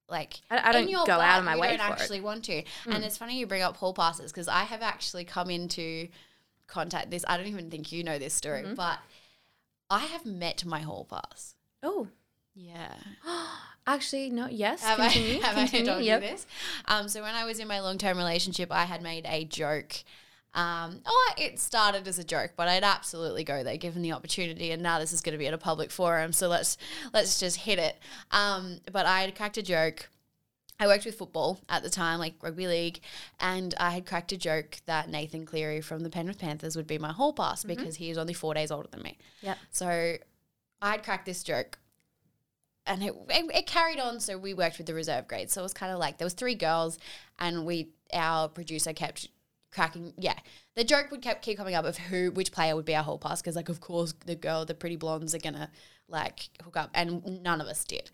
[SPEAKER 2] like,
[SPEAKER 1] I, I
[SPEAKER 2] in
[SPEAKER 1] don't
[SPEAKER 2] your
[SPEAKER 1] go out of
[SPEAKER 2] gut,
[SPEAKER 1] my
[SPEAKER 2] you
[SPEAKER 1] way
[SPEAKER 2] don't
[SPEAKER 1] for
[SPEAKER 2] actually
[SPEAKER 1] it. Mm.
[SPEAKER 2] want to. And it's funny you bring up hall passes because I have actually come into contact this. I don't even think you know this story,
[SPEAKER 1] Mm-hmm.
[SPEAKER 2] but I have met my hall pass.
[SPEAKER 1] Oh,
[SPEAKER 2] Yeah.
[SPEAKER 1] actually, no. Yes,
[SPEAKER 2] Have
[SPEAKER 1] continue.
[SPEAKER 2] I have
[SPEAKER 1] continue.
[SPEAKER 2] I told
[SPEAKER 1] yep.
[SPEAKER 2] you this? Um, so when I was in my long term relationship, I had made a joke. Um, oh, it started as a joke, but I'd absolutely go there given the opportunity. And now this is going to be at a public forum, so let's let's just hit it. Um, but I had cracked a joke I worked with football at the time, like rugby league, and I had cracked a joke that Nathan Cleary from the Penrith Panthers would be my hall pass because he is only four days older than me.
[SPEAKER 1] Mm-hmm. Yep.
[SPEAKER 2] So I had cracked this joke, and it, it it carried on. So we worked with the reserve grades. So it was kind of like there was three girls, and we our producer kept cracking. Yeah, the joke would kept keep coming up of who which player would be our hall pass because like of course the girl the pretty blondes are gonna like hook up, and none of us did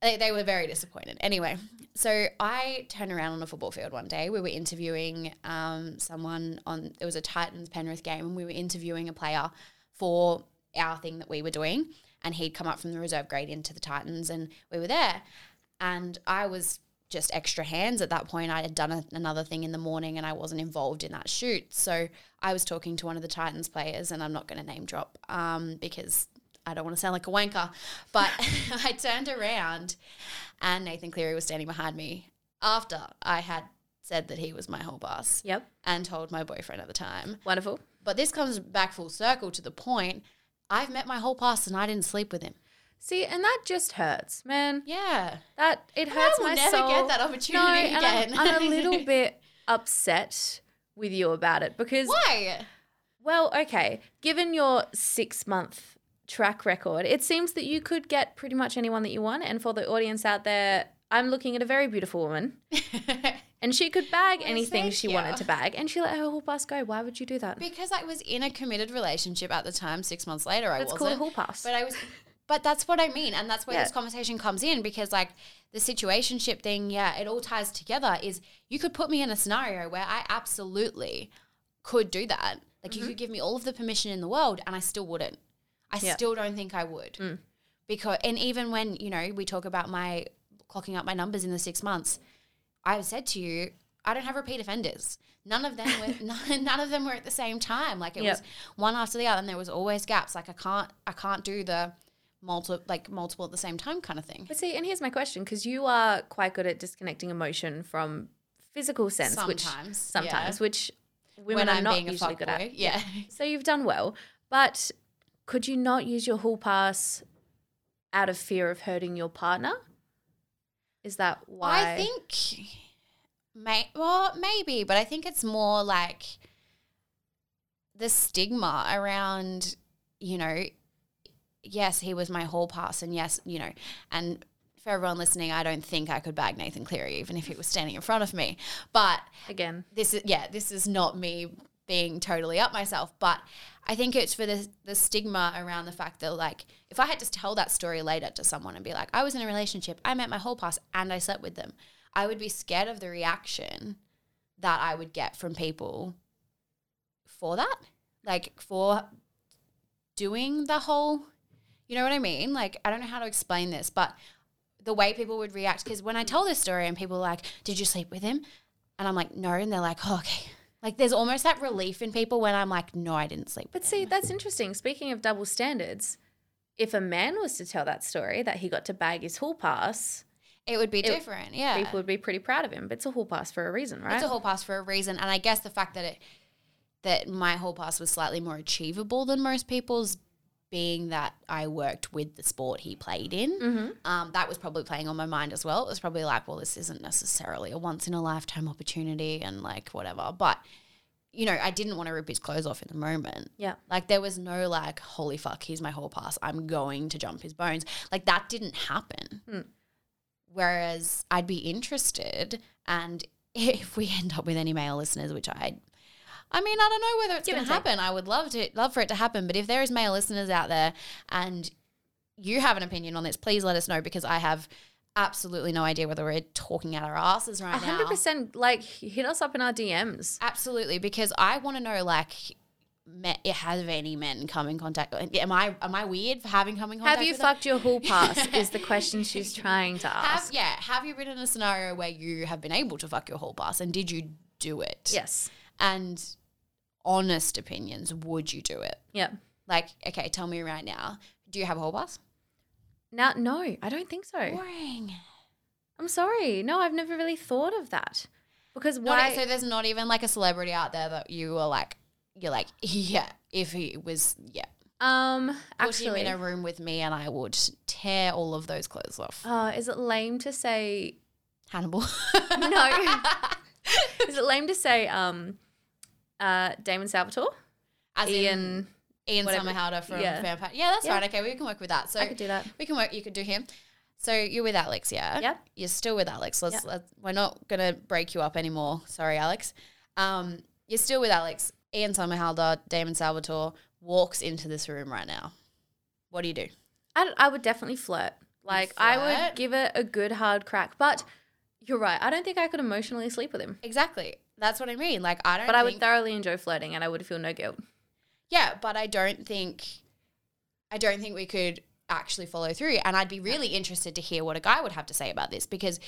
[SPEAKER 2] they, they were very disappointed. Anyway, so I turned around on a football field one day. We were interviewing um, someone on, it was a Titans Penrith game, and we were interviewing a player for our thing that we were doing. And he'd come up from the reserve grade into the Titans, and we were there. And I was just extra hands at that point. I had done a, another thing in the morning and I wasn't involved in that shoot. So I was talking to one of the Titans players, and I'm not going to name drop um, because I don't want to sound like a wanker, but I turned around and Nathan Cleary was standing behind me after I had said that he was my whole boss
[SPEAKER 1] Yep.
[SPEAKER 2] and told my boyfriend at the time.
[SPEAKER 1] Wonderful.
[SPEAKER 2] But this comes back full circle to the point I've met my whole boss and I didn't sleep with him.
[SPEAKER 1] See, and that just hurts, man.
[SPEAKER 2] Yeah.
[SPEAKER 1] That it hurts
[SPEAKER 2] will
[SPEAKER 1] my
[SPEAKER 2] never
[SPEAKER 1] soul.
[SPEAKER 2] get that opportunity
[SPEAKER 1] no, and I'm-
[SPEAKER 2] again.
[SPEAKER 1] I'm, a little bit upset with you about it because,
[SPEAKER 2] Why?
[SPEAKER 1] well, okay, given your six month track record, it seems that you could get pretty much anyone that you want. And for the audience out there, I'm looking at a very beautiful woman, and she could bag anything
[SPEAKER 2] thank
[SPEAKER 1] she
[SPEAKER 2] you.
[SPEAKER 1] wanted to bag, and she let her whole bus go. Why would you do that?
[SPEAKER 2] because I was in a committed relationship at the time. Six months later, I
[SPEAKER 1] That's
[SPEAKER 2] wasn't.
[SPEAKER 1] called a hall pass.
[SPEAKER 2] But I was. But that's what I mean, and that's where this
[SPEAKER 1] Yeah.
[SPEAKER 2] conversation comes in because, like, the situationship thing, yeah, it all ties together. Is you could put me in a scenario where I absolutely could do that. Like, you could give me all of the permission in the world, and I still wouldn't. I
[SPEAKER 1] Yeah. Mm.
[SPEAKER 2] still don't think I would. Because, and even when you know we talk about my clocking up my numbers in the six months, I've said to you, I don't have repeat offenders. None of them were none, none of them were at the same time. Like it
[SPEAKER 1] Yep.
[SPEAKER 2] was one after the other, and there was always gaps. Like I can't I can't do the multiple like multiple at the same time kind of thing.
[SPEAKER 1] But see, and here's my question because you are quite good at disconnecting emotion from physical sense, which
[SPEAKER 2] Sometimes,
[SPEAKER 1] sometimes,
[SPEAKER 2] yeah.
[SPEAKER 1] which women
[SPEAKER 2] when
[SPEAKER 1] are
[SPEAKER 2] I'm
[SPEAKER 1] not
[SPEAKER 2] being a
[SPEAKER 1] usually
[SPEAKER 2] fuck
[SPEAKER 1] good
[SPEAKER 2] boy,
[SPEAKER 1] at.
[SPEAKER 2] yeah.
[SPEAKER 1] So you've done well, but could you not use your hall pass out of fear of hurting your partner? Is that why?
[SPEAKER 2] I think, may well maybe, but I think it's more like the stigma around, you know, yes, he was my hall pass, and yes, you know, and for everyone listening, I don't think I could bag Nathan Cleary even if he was standing in front of me, but
[SPEAKER 1] again.
[SPEAKER 2] this is yeah, this is not me being totally up myself, but I think it's for the the stigma around the fact that like if I had to tell that story later to someone and be like, I was in a relationship, I met my whole past and I slept with them, I would be scared of the reaction that I would get from people for that. Like for doing the whole you know what I mean? Like I don't know how to explain this, but the way people would react because when I tell this story and people are like, "Did you sleep with him?" and I'm like, "No," and they're like, oh, "Okay." Like there's almost that relief in people when I'm like, "No, I didn't sleep."
[SPEAKER 1] But see, that's interesting. Speaking of double standards, if a man was to tell that story that he got to bag his hall pass,
[SPEAKER 2] it would be
[SPEAKER 1] it-
[SPEAKER 2] different, yeah.
[SPEAKER 1] people would be pretty proud of him. But it's a hall pass for a reason, right?
[SPEAKER 2] It's a whole pass for a reason, and I guess the fact that it that my whole pass was slightly more achievable than most people's, being that I worked with the sport he played in,
[SPEAKER 1] Mm-hmm.
[SPEAKER 2] um, that was probably playing on my mind as well. It was probably like, well, this isn't necessarily a once in a lifetime opportunity, and like whatever. But you know, I didn't want to rip his clothes off in the moment.
[SPEAKER 1] yeah.
[SPEAKER 2] Like there was no like, holy fuck, he's my whole pass. I'm going to jump his bones. Like that didn't happen.
[SPEAKER 1] Hmm.
[SPEAKER 2] Whereas I'd be interested, and if we end up with any male listeners, which I, I mean, I don't know whether it's
[SPEAKER 1] Give
[SPEAKER 2] going
[SPEAKER 1] and
[SPEAKER 2] to
[SPEAKER 1] take.
[SPEAKER 2] happen. I would love to love for it to happen, but if there is male listeners out there and you have an opinion on this, please let us know because I have absolutely no idea whether we're talking out our asses right now.
[SPEAKER 1] hundred percent. Like hit us up in our DMs.
[SPEAKER 2] Absolutely, because I want to know like, me- have any men come in contact? Am I am I weird for having come in contact?
[SPEAKER 1] Have you
[SPEAKER 2] with them?
[SPEAKER 1] fucked your hall pass? is the question she's trying to
[SPEAKER 2] Have-
[SPEAKER 1] ask.
[SPEAKER 2] yeah, have you been in a scenario where you have been able to fuck your whole boss, and did you do it?
[SPEAKER 1] Yes.
[SPEAKER 2] And honest opinions, would you do it?
[SPEAKER 1] Yeah.
[SPEAKER 2] Like, okay, tell me right now. Do you have a whole boss?
[SPEAKER 1] Now, no, I don't think so.
[SPEAKER 2] Boring.
[SPEAKER 1] I'm sorry. No, I've never really thought of that. Because
[SPEAKER 2] Not-
[SPEAKER 1] why?
[SPEAKER 2] so there's not even like a celebrity out there that you were like, you're like, yeah, if he was, yeah.
[SPEAKER 1] um,
[SPEAKER 2] Put him
[SPEAKER 1] actually,
[SPEAKER 2] in
[SPEAKER 1] Oh.
[SPEAKER 2] a room with me, and I would tear all of those clothes off.
[SPEAKER 1] uh, is it lame to say
[SPEAKER 2] Hannibal.
[SPEAKER 1] No. Is it lame to say um, uh, Damon Salvatore?
[SPEAKER 2] As in
[SPEAKER 1] Ian.
[SPEAKER 2] Ian
[SPEAKER 1] whatever.
[SPEAKER 2] Somerhalder from
[SPEAKER 1] Yeah.
[SPEAKER 2] Vampire. Yeah, that's
[SPEAKER 1] Yeah.
[SPEAKER 2] right. Okay, we can work with that. So
[SPEAKER 1] I could do that.
[SPEAKER 2] We can work. You could do him. So you're with Alex, yeah.
[SPEAKER 1] Yep.
[SPEAKER 2] You're still with Alex. Let's.
[SPEAKER 1] Yep.
[SPEAKER 2] let's we're not gonna break you up anymore. Sorry, Alex. Um, you're still with Alex. Ian Somerhalder, Damon Salvatore walks into this room right now. What do you do?
[SPEAKER 1] I, I would definitely flirt. Like, I
[SPEAKER 2] flirt?
[SPEAKER 1] would give it a good hard crack. But you're right. I don't think I could emotionally sleep with him.
[SPEAKER 2] Exactly. That's what I mean. Like I don't.
[SPEAKER 1] But I would
[SPEAKER 2] think-
[SPEAKER 1] thoroughly enjoy flirting and I would feel no guilt.
[SPEAKER 2] Yeah, but I don't think I don't think we could actually follow through. And I'd be really interested to hear what a guy would have to say about this because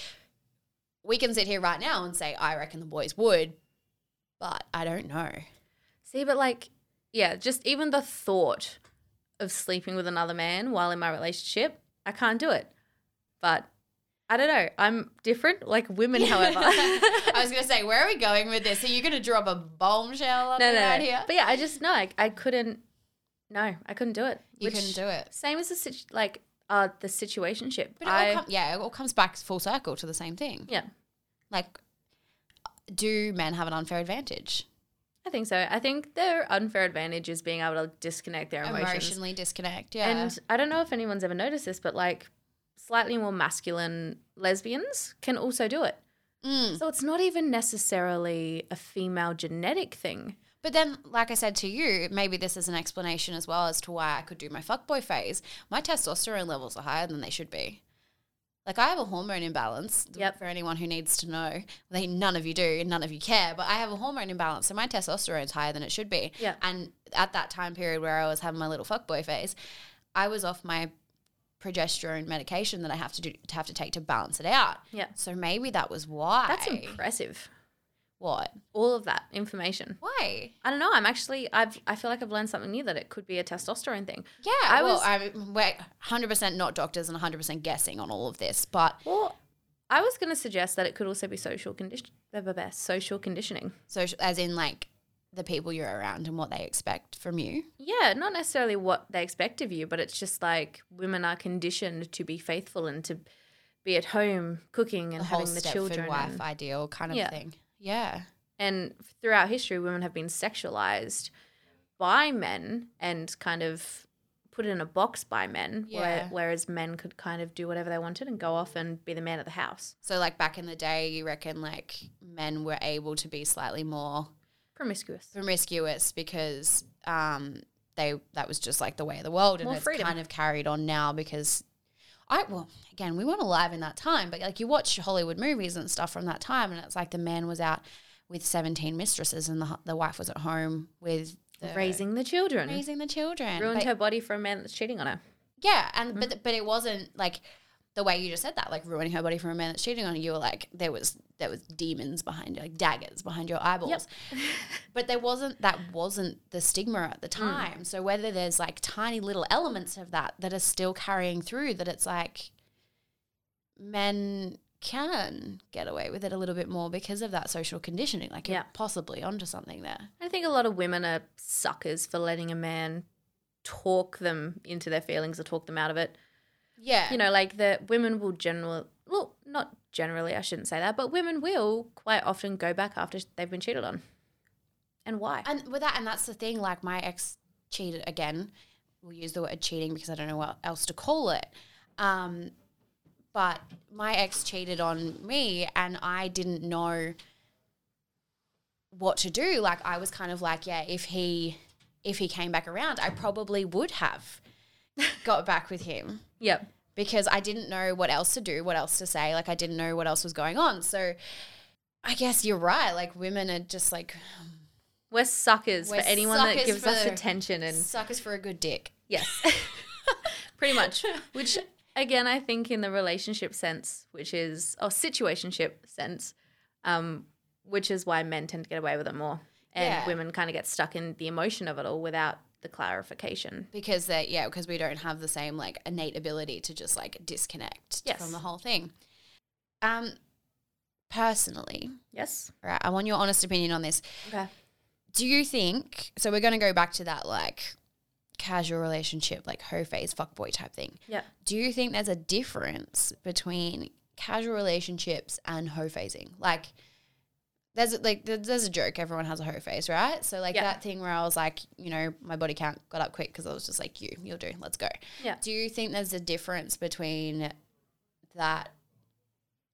[SPEAKER 2] we can sit here right now and say, I reckon the boys would, but I don't know.
[SPEAKER 1] See, but like, yeah, just even the thought of sleeping with another man while in my relationship, I can't do it. But I don't know. I'm different, like women, however.
[SPEAKER 2] I was gonna say, where are we going with this? Are you gonna drop a bombshell on
[SPEAKER 1] no,
[SPEAKER 2] me
[SPEAKER 1] no, no.
[SPEAKER 2] right here?
[SPEAKER 1] But yeah, I just no, I, I couldn't. No, I couldn't do it.
[SPEAKER 2] You couldn't do it.
[SPEAKER 1] Same as the situ- like uh the situationship.
[SPEAKER 2] But it
[SPEAKER 1] I
[SPEAKER 2] all com- yeah, it all comes back full circle to the same thing.
[SPEAKER 1] yeah,
[SPEAKER 2] Like, do men have an unfair advantage?
[SPEAKER 1] I think so. I think their unfair advantage is being able to disconnect their emotions.
[SPEAKER 2] Emotionally disconnect, yeah.
[SPEAKER 1] And I don't know if anyone's ever noticed this, but like slightly more masculine lesbians can also do it.
[SPEAKER 2] Mm.
[SPEAKER 1] So it's not even necessarily a female genetic thing.
[SPEAKER 2] But then, like I said to you, maybe this is an explanation as well as to why I could do my fuckboy phase. My testosterone levels are higher than they should be. Like I have a hormone imbalance.
[SPEAKER 1] Yep.
[SPEAKER 2] For anyone who needs to know, they none of you do, and none of you care. But I have a hormone imbalance, so my testosterone is higher than it should be.
[SPEAKER 1] Yep.
[SPEAKER 2] And at that time period where I was having my little fuckboy phase, I was off my progesterone medication that I have to do to have to take to balance it out.
[SPEAKER 1] Yeah.
[SPEAKER 2] So maybe that was why.
[SPEAKER 1] That's impressive.
[SPEAKER 2] what?
[SPEAKER 1] All of that information.
[SPEAKER 2] Why?
[SPEAKER 1] I don't know. I'm actually I've I feel like I've learned something new that it could be a testosterone thing.
[SPEAKER 2] Yeah,
[SPEAKER 1] I
[SPEAKER 2] well,
[SPEAKER 1] was-
[SPEAKER 2] I'm we're 100% not doctors and 100% guessing on all of this, but
[SPEAKER 1] Well, I was going to suggest that it could also be social condition blah, blah, blah, social conditioning.
[SPEAKER 2] so as in like the people you're around and what they expect from you.
[SPEAKER 1] Yeah, not necessarily what they expect of you, but it's just like women are conditioned to be faithful and to be at home cooking and
[SPEAKER 2] The whole
[SPEAKER 1] having the
[SPEAKER 2] Stepford
[SPEAKER 1] children.
[SPEAKER 2] wife
[SPEAKER 1] and-
[SPEAKER 2] ideal kind of
[SPEAKER 1] Yeah.
[SPEAKER 2] thing. Yeah.
[SPEAKER 1] and throughout history women have been sexualized by men and kind of put in a box by men where,
[SPEAKER 2] Yeah.
[SPEAKER 1] whereas men could kind of do whatever they wanted and go off and be the man of the house
[SPEAKER 2] So like back in the day, you reckon like men were able to be slightly more
[SPEAKER 1] promiscuous
[SPEAKER 2] promiscuous because um they that was just like the way of the world and
[SPEAKER 1] More
[SPEAKER 2] it's
[SPEAKER 1] freedom.
[SPEAKER 2] kind of carried on now because I well again we weren't alive in that time but like you watch Hollywood movies and stuff from that time and it's like the man was out with 17 mistresses and the hu- the wife was at home with the,
[SPEAKER 1] raising the children
[SPEAKER 2] raising the children
[SPEAKER 1] ruined
[SPEAKER 2] But-
[SPEAKER 1] her Mm-hmm. body for a man that's cheating on her
[SPEAKER 2] yeah and but but it wasn't like the way you just said that like ruining her body for a man that's cheating on her you were like there was there was demons behind you like daggers behind your eyeballs but there wasn't that wasn't the stigma at the time so whether there's like tiny little elements of that that are still carrying through that it's like men can get away with it a little bit more because of that social conditioning like
[SPEAKER 1] Yeah.
[SPEAKER 2] you're possibly onto something there
[SPEAKER 1] i think a lot of women are suckers for letting a man talk them into their feelings or talk them out of it
[SPEAKER 2] yeah
[SPEAKER 1] you know, like the women will generally, well, not generally, I shouldn't say that, but women will quite often go back after they've been cheated on. And why?
[SPEAKER 2] and with that and that's the thing like my ex cheated again we'll use the word cheating because i don't know what else to call it um, but my ex cheated on me and i didn't know what to do like i was kind of like yeah if he if he came back around i probably would have got back with him
[SPEAKER 1] Yep.
[SPEAKER 2] because I didn't know what else to do, what else to say. Like I didn't know what else was going on. So I guess you're right. Like women are just like
[SPEAKER 1] We're suckers
[SPEAKER 2] We're
[SPEAKER 1] for anyone
[SPEAKER 2] suckers
[SPEAKER 1] that gives us
[SPEAKER 2] for-
[SPEAKER 1] attention and
[SPEAKER 2] suckers for a good dick.
[SPEAKER 1] yes. Pretty much. Which again I think in the relationship sense, which is or situationship sense, um, which is why men tend to get away with it more. And
[SPEAKER 2] Yeah.
[SPEAKER 1] women kind of get stuck in the emotion of it all without the clarification.
[SPEAKER 2] Because they yeah, because we don't have the same like innate ability to just like disconnect
[SPEAKER 1] Yes.
[SPEAKER 2] from the whole thing. Um personally,
[SPEAKER 1] Yes.
[SPEAKER 2] right, I want your honest opinion on this.
[SPEAKER 1] Okay.
[SPEAKER 2] Do you think so we're gonna go back to that like casual relationship, like hoe phase, fuckboy type thing.
[SPEAKER 1] Yep.
[SPEAKER 2] Do you think there's a difference between casual relationships and hoe phasing. Like there's a, like there- there's a joke everyone has a hoe phase, right? So like
[SPEAKER 1] Yeah.
[SPEAKER 2] that thing where I was like, you know, my body count got up quick because I was just like, you, you'll do, let's go.
[SPEAKER 1] Yeah.
[SPEAKER 2] Do you think there's a difference between that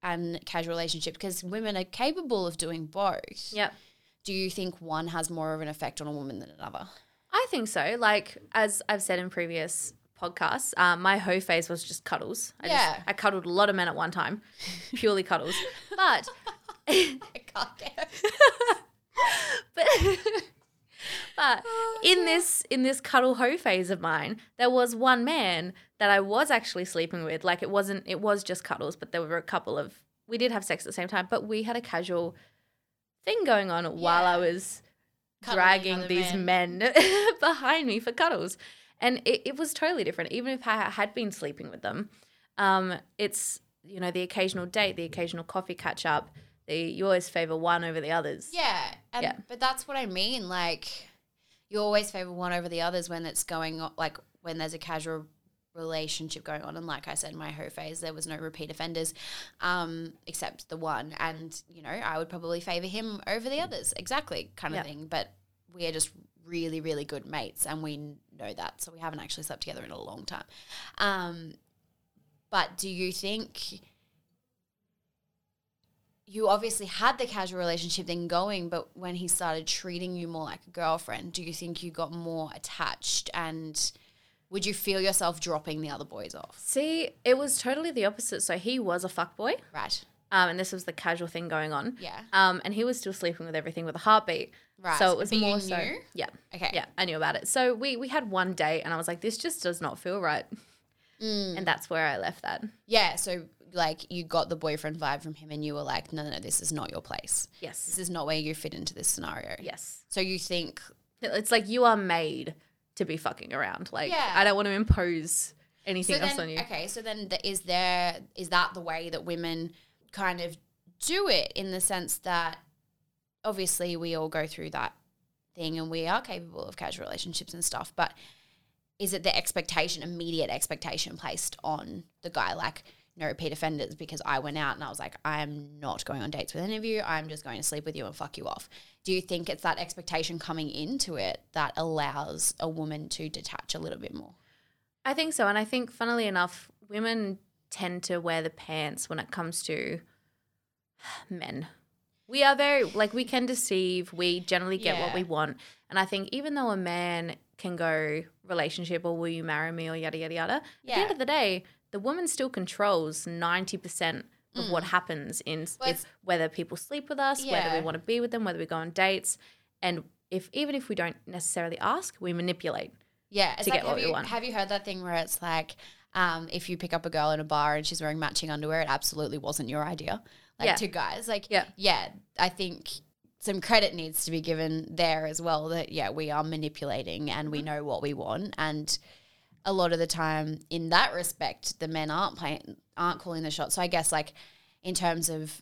[SPEAKER 2] and casual relationship? Because women are capable of doing both.
[SPEAKER 1] Yep.
[SPEAKER 2] Do you think one has more of an effect on a woman than another?
[SPEAKER 1] I think so. Like as I've said in previous podcasts, um, my hoe phase was just cuddles. I
[SPEAKER 2] Yeah.
[SPEAKER 1] Just, I cuddled a lot of men at one time, purely cuddles. But
[SPEAKER 2] I can't get
[SPEAKER 1] but but in this in this cuddle hoe phase of mine, there was one man that I was actually sleeping with. Like it wasn't it was just cuddles, but there were a couple of we did have sex at the same time, but we had a casual thing going on while I was
[SPEAKER 2] Cuddling
[SPEAKER 1] dragging
[SPEAKER 2] other
[SPEAKER 1] these men, behind me for cuddles. And it, it was totally different. Even if I had been sleeping with them, um, it's you know the occasional date, the occasional coffee catch up. The, you always favor one over the others.
[SPEAKER 2] Yeah. And,
[SPEAKER 1] Yeah.
[SPEAKER 2] But that's what I mean. Like, you always favor one over the others when it's going on, like, when there's a casual relationship going on. And like I said, in my hoe phase, there was no repeat offenders um, except the one. And, you know, I would probably favor him over the others. Exactly, kind of
[SPEAKER 1] Yeah.
[SPEAKER 2] thing. But we are just really, really good mates and we know that. So we haven't actually slept together in a long time. Um, but do you think you obviously had the casual relationship then going, but when he started treating you more like a girlfriend, do you think you got more attached and would you feel yourself dropping the other boys off?
[SPEAKER 1] See, it was totally the opposite. So he was a fuckboy,
[SPEAKER 2] Right.
[SPEAKER 1] um, and this was the casual thing going on.
[SPEAKER 2] Yeah.
[SPEAKER 1] Um, and he was still sleeping with everything with a heartbeat.
[SPEAKER 2] Right.
[SPEAKER 1] So it was
[SPEAKER 2] But you
[SPEAKER 1] more so.
[SPEAKER 2] knew?
[SPEAKER 1] Yeah.
[SPEAKER 2] Okay.
[SPEAKER 1] Yeah, I knew about it. So we we had one date, and I was like, this just does not feel right,
[SPEAKER 2] Mm.
[SPEAKER 1] and that's where I left that.
[SPEAKER 2] Yeah. So like you got the boyfriend vibe from him and you were like, no, no, no, this is not your place. This
[SPEAKER 1] Yes.
[SPEAKER 2] is not where you fit into this scenario.
[SPEAKER 1] Yes.
[SPEAKER 2] So you think
[SPEAKER 1] It's like you are made to be fucking around. Like
[SPEAKER 2] Yeah.
[SPEAKER 1] I don't want to impose anything
[SPEAKER 2] so
[SPEAKER 1] else
[SPEAKER 2] then,
[SPEAKER 1] on you.
[SPEAKER 2] Okay, so then th- is there is that the way that women kind of do it in the sense that obviously we all go through that thing and we are capable of casual relationships and stuff, but is it the expectation, immediate expectation placed on the guy like no repeat offenders because I went out and I was like, I am not going on dates with any of you. I'm just going to sleep with you and fuck you off. Do you think it's that expectation coming into it that allows a woman to detach a little bit more?
[SPEAKER 1] I think so, and I think funnily enough, women tend to wear the pants when it comes to men. We are very like we can deceive. We generally get what
[SPEAKER 2] Yeah.
[SPEAKER 1] we want, and I think even though a man can go relationship or will you marry me or yada yada yada, at the
[SPEAKER 2] Yeah.
[SPEAKER 1] end of the day, the woman still controls ninety percent of
[SPEAKER 2] Mm.
[SPEAKER 1] what happens in
[SPEAKER 2] Well,
[SPEAKER 1] if, whether people sleep with us, whether
[SPEAKER 2] Yeah.
[SPEAKER 1] we want to be with them, whether we go on dates, and if even if we don't necessarily ask, we manipulate.
[SPEAKER 2] Yeah, it's
[SPEAKER 1] to
[SPEAKER 2] like,
[SPEAKER 1] get
[SPEAKER 2] have
[SPEAKER 1] what we
[SPEAKER 2] you,
[SPEAKER 1] want.
[SPEAKER 2] Have you heard that thing where it's like, um, if you pick up a girl in a bar and she's wearing matching underwear, it absolutely wasn't your idea. Like
[SPEAKER 1] Yeah.
[SPEAKER 2] two guys, like
[SPEAKER 1] Yeah.
[SPEAKER 2] yeah. I think some credit needs to be given there as well. That yeah, we are manipulating and
[SPEAKER 1] Mm-hmm.
[SPEAKER 2] we know what we want, and a lot of the time in that respect, the men aren't playing, aren't calling the shots. So I guess like in terms of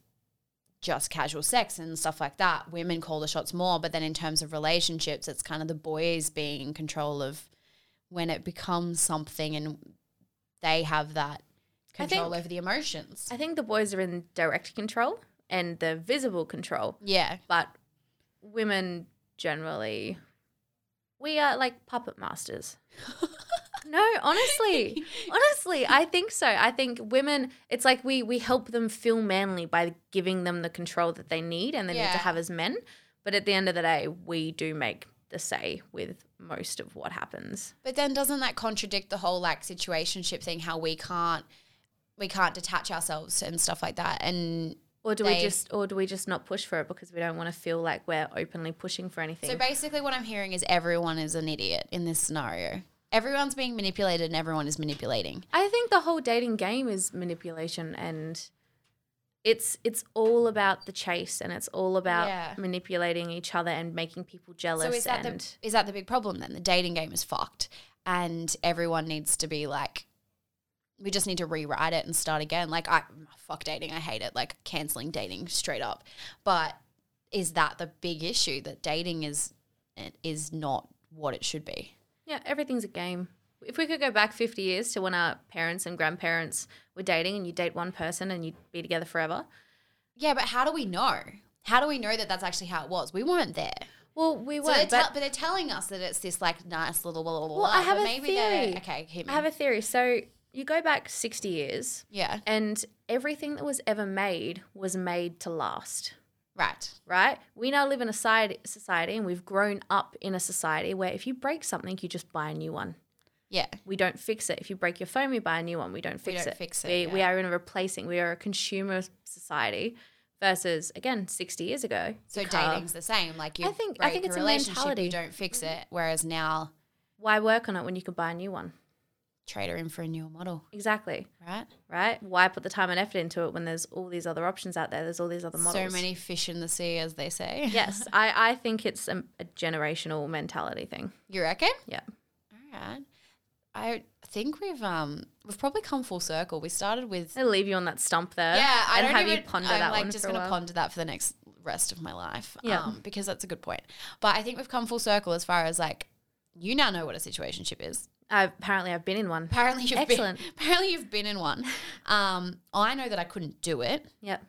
[SPEAKER 2] just casual sex and stuff like that, women call the shots more. But then in terms of relationships, it's kind of the boys being in control of when it becomes something and they have that
[SPEAKER 1] I think-
[SPEAKER 2] control over the emotions.
[SPEAKER 1] I think the boys are in direct control and the visible control,
[SPEAKER 2] yeah.
[SPEAKER 1] but women generally, we are like puppet masters. no, honestly, honestly, I think so. I think women, it's like we we help them feel manly by giving them the control that they need and they need
[SPEAKER 2] Yeah.
[SPEAKER 1] to have as men. But at the end of the day, we do make the say with most of what happens.
[SPEAKER 2] But then doesn't that contradict the whole like situationship thing how we can't we can't detach ourselves and stuff like that and
[SPEAKER 1] Or do we
[SPEAKER 2] They-
[SPEAKER 1] just or do we just not push for it because we don't want to feel like we're openly pushing for anything?
[SPEAKER 2] so basically what I'm hearing is everyone is an idiot in this scenario. Everyone's being manipulated and everyone is manipulating.
[SPEAKER 1] I think the whole dating game is manipulation and it's it's all about the chase and it's all about
[SPEAKER 2] Yeah.
[SPEAKER 1] manipulating each other and making people jealous
[SPEAKER 2] So is that
[SPEAKER 1] and
[SPEAKER 2] the is that the big problem then? The dating game is fucked and everyone needs to be like we just need to rewrite it and start again. Like I fuck dating, I hate it. Like canceling dating straight up. But is that the big issue that dating is is not what it should be?
[SPEAKER 1] yeah, everything's a game. if we could go back 50 years to when our parents and grandparents were dating and you date one person and you'd be together forever.
[SPEAKER 2] Yeah, but how do we know? How do we know that that's actually how it was? We weren't there.
[SPEAKER 1] Well, we
[SPEAKER 2] So
[SPEAKER 1] were,
[SPEAKER 2] they're
[SPEAKER 1] but
[SPEAKER 2] tell- but, they're telling us that it's this like nice little blah, blah, blah,
[SPEAKER 1] Well, I
[SPEAKER 2] blah,
[SPEAKER 1] have
[SPEAKER 2] but
[SPEAKER 1] a
[SPEAKER 2] they're-
[SPEAKER 1] theory.
[SPEAKER 2] Okay, hit me.
[SPEAKER 1] I have a theory. So you go back 60 years
[SPEAKER 2] yeah,
[SPEAKER 1] and everything that was ever made was made to last.
[SPEAKER 2] right.
[SPEAKER 1] Right? We now live in a society, society and we've grown up in a society where if you break something, you just buy a new one.
[SPEAKER 2] Yeah,
[SPEAKER 1] we don't fix it. If you break your phone, we buy a new one. We don't fix
[SPEAKER 2] don't
[SPEAKER 1] it.
[SPEAKER 2] fix it,
[SPEAKER 1] We, we
[SPEAKER 2] yeah.
[SPEAKER 1] are in a replacing. We are a consumer society versus again sixty years ago.
[SPEAKER 2] so
[SPEAKER 1] the car.
[SPEAKER 2] dating's the same. Like you,
[SPEAKER 1] I think- I
[SPEAKER 2] break
[SPEAKER 1] think it's
[SPEAKER 2] a
[SPEAKER 1] a
[SPEAKER 2] relationship,
[SPEAKER 1] mentality.
[SPEAKER 2] you don't fix it. Whereas now,
[SPEAKER 1] Why work on it when you could buy a new one?
[SPEAKER 2] trade her in for a newer model,
[SPEAKER 1] Exactly.
[SPEAKER 2] right?
[SPEAKER 1] Right? Why put the time and effort into it when there's all these other options out there? There's all these other models.
[SPEAKER 2] So many fish in the sea, as they say.
[SPEAKER 1] yes, I, I think it's a, a generational mentality thing.
[SPEAKER 2] you reckon?
[SPEAKER 1] Yeah.
[SPEAKER 2] All right. I think we've um we've probably come full circle. We started with
[SPEAKER 1] I'll leave you on that stump there.
[SPEAKER 2] yeah. I
[SPEAKER 1] and
[SPEAKER 2] don't
[SPEAKER 1] have
[SPEAKER 2] even,
[SPEAKER 1] you ponder
[SPEAKER 2] I'm
[SPEAKER 1] that
[SPEAKER 2] like
[SPEAKER 1] one
[SPEAKER 2] just
[SPEAKER 1] for a
[SPEAKER 2] gonna
[SPEAKER 1] while.
[SPEAKER 2] ponder that for the next rest of my life.
[SPEAKER 1] Yeah.
[SPEAKER 2] Um, because that's a good point. But I think we've come full circle as far as like you now know what a situationship is.
[SPEAKER 1] I, apparently, I've been in one.
[SPEAKER 2] Apparently you've
[SPEAKER 1] Excellent.
[SPEAKER 2] been apparently you've been in one. Um, I know that I couldn't do it,
[SPEAKER 1] Yep.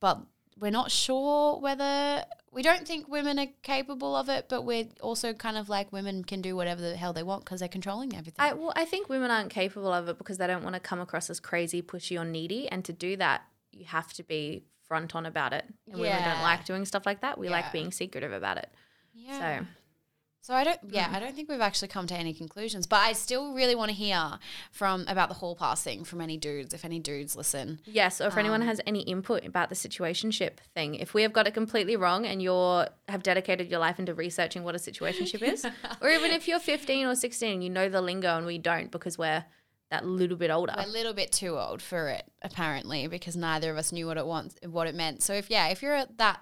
[SPEAKER 2] but we're not sure whether we don't think women are capable of it, but we're also kind of like women can do whatever the hell they want because they're controlling everything.
[SPEAKER 1] I, well, I think women aren't capable of it because they don't want to come across as crazy, pushy, or needy. And to do that, you have to be front on about it. And women
[SPEAKER 2] Yeah.
[SPEAKER 1] don't like doing stuff like that. We
[SPEAKER 2] Yeah.
[SPEAKER 1] like being secretive about it.
[SPEAKER 2] yeah.
[SPEAKER 1] So,
[SPEAKER 2] So I don't. Yeah, I don't think we've actually come to any conclusions. But I still really want to hear from about the hall pass thing from any dudes, if any dudes listen.
[SPEAKER 1] yes, or if anyone
[SPEAKER 2] Um,
[SPEAKER 1] has any input about the situationship thing, if we have got it completely wrong and you're have dedicated your life into researching what a situationship is, or even if you're 15 or 16 and you know the lingo and we don't because we're that little bit older.
[SPEAKER 2] We're a little bit too old for it, apparently, because neither of us knew what it wants, what it meant. So if yeah, if you're at that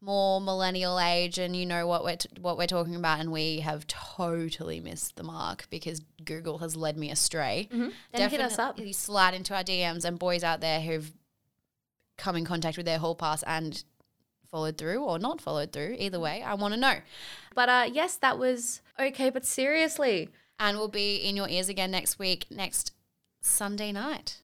[SPEAKER 2] more millennial age and you know what we're t- what we're talking about, and we have totally missed the mark because Google has led me astray.
[SPEAKER 1] Mm. Mm-hmm. Then hit us
[SPEAKER 2] Definitely Slide into our DMs and boys out there who've come in contact with their hall pass and followed through or not followed through.
[SPEAKER 1] Mm.
[SPEAKER 2] Either way, I want to know.
[SPEAKER 1] But uh, yes, that was okay. But seriously,
[SPEAKER 2] And we'll be in your ears again next week, next Sunday night.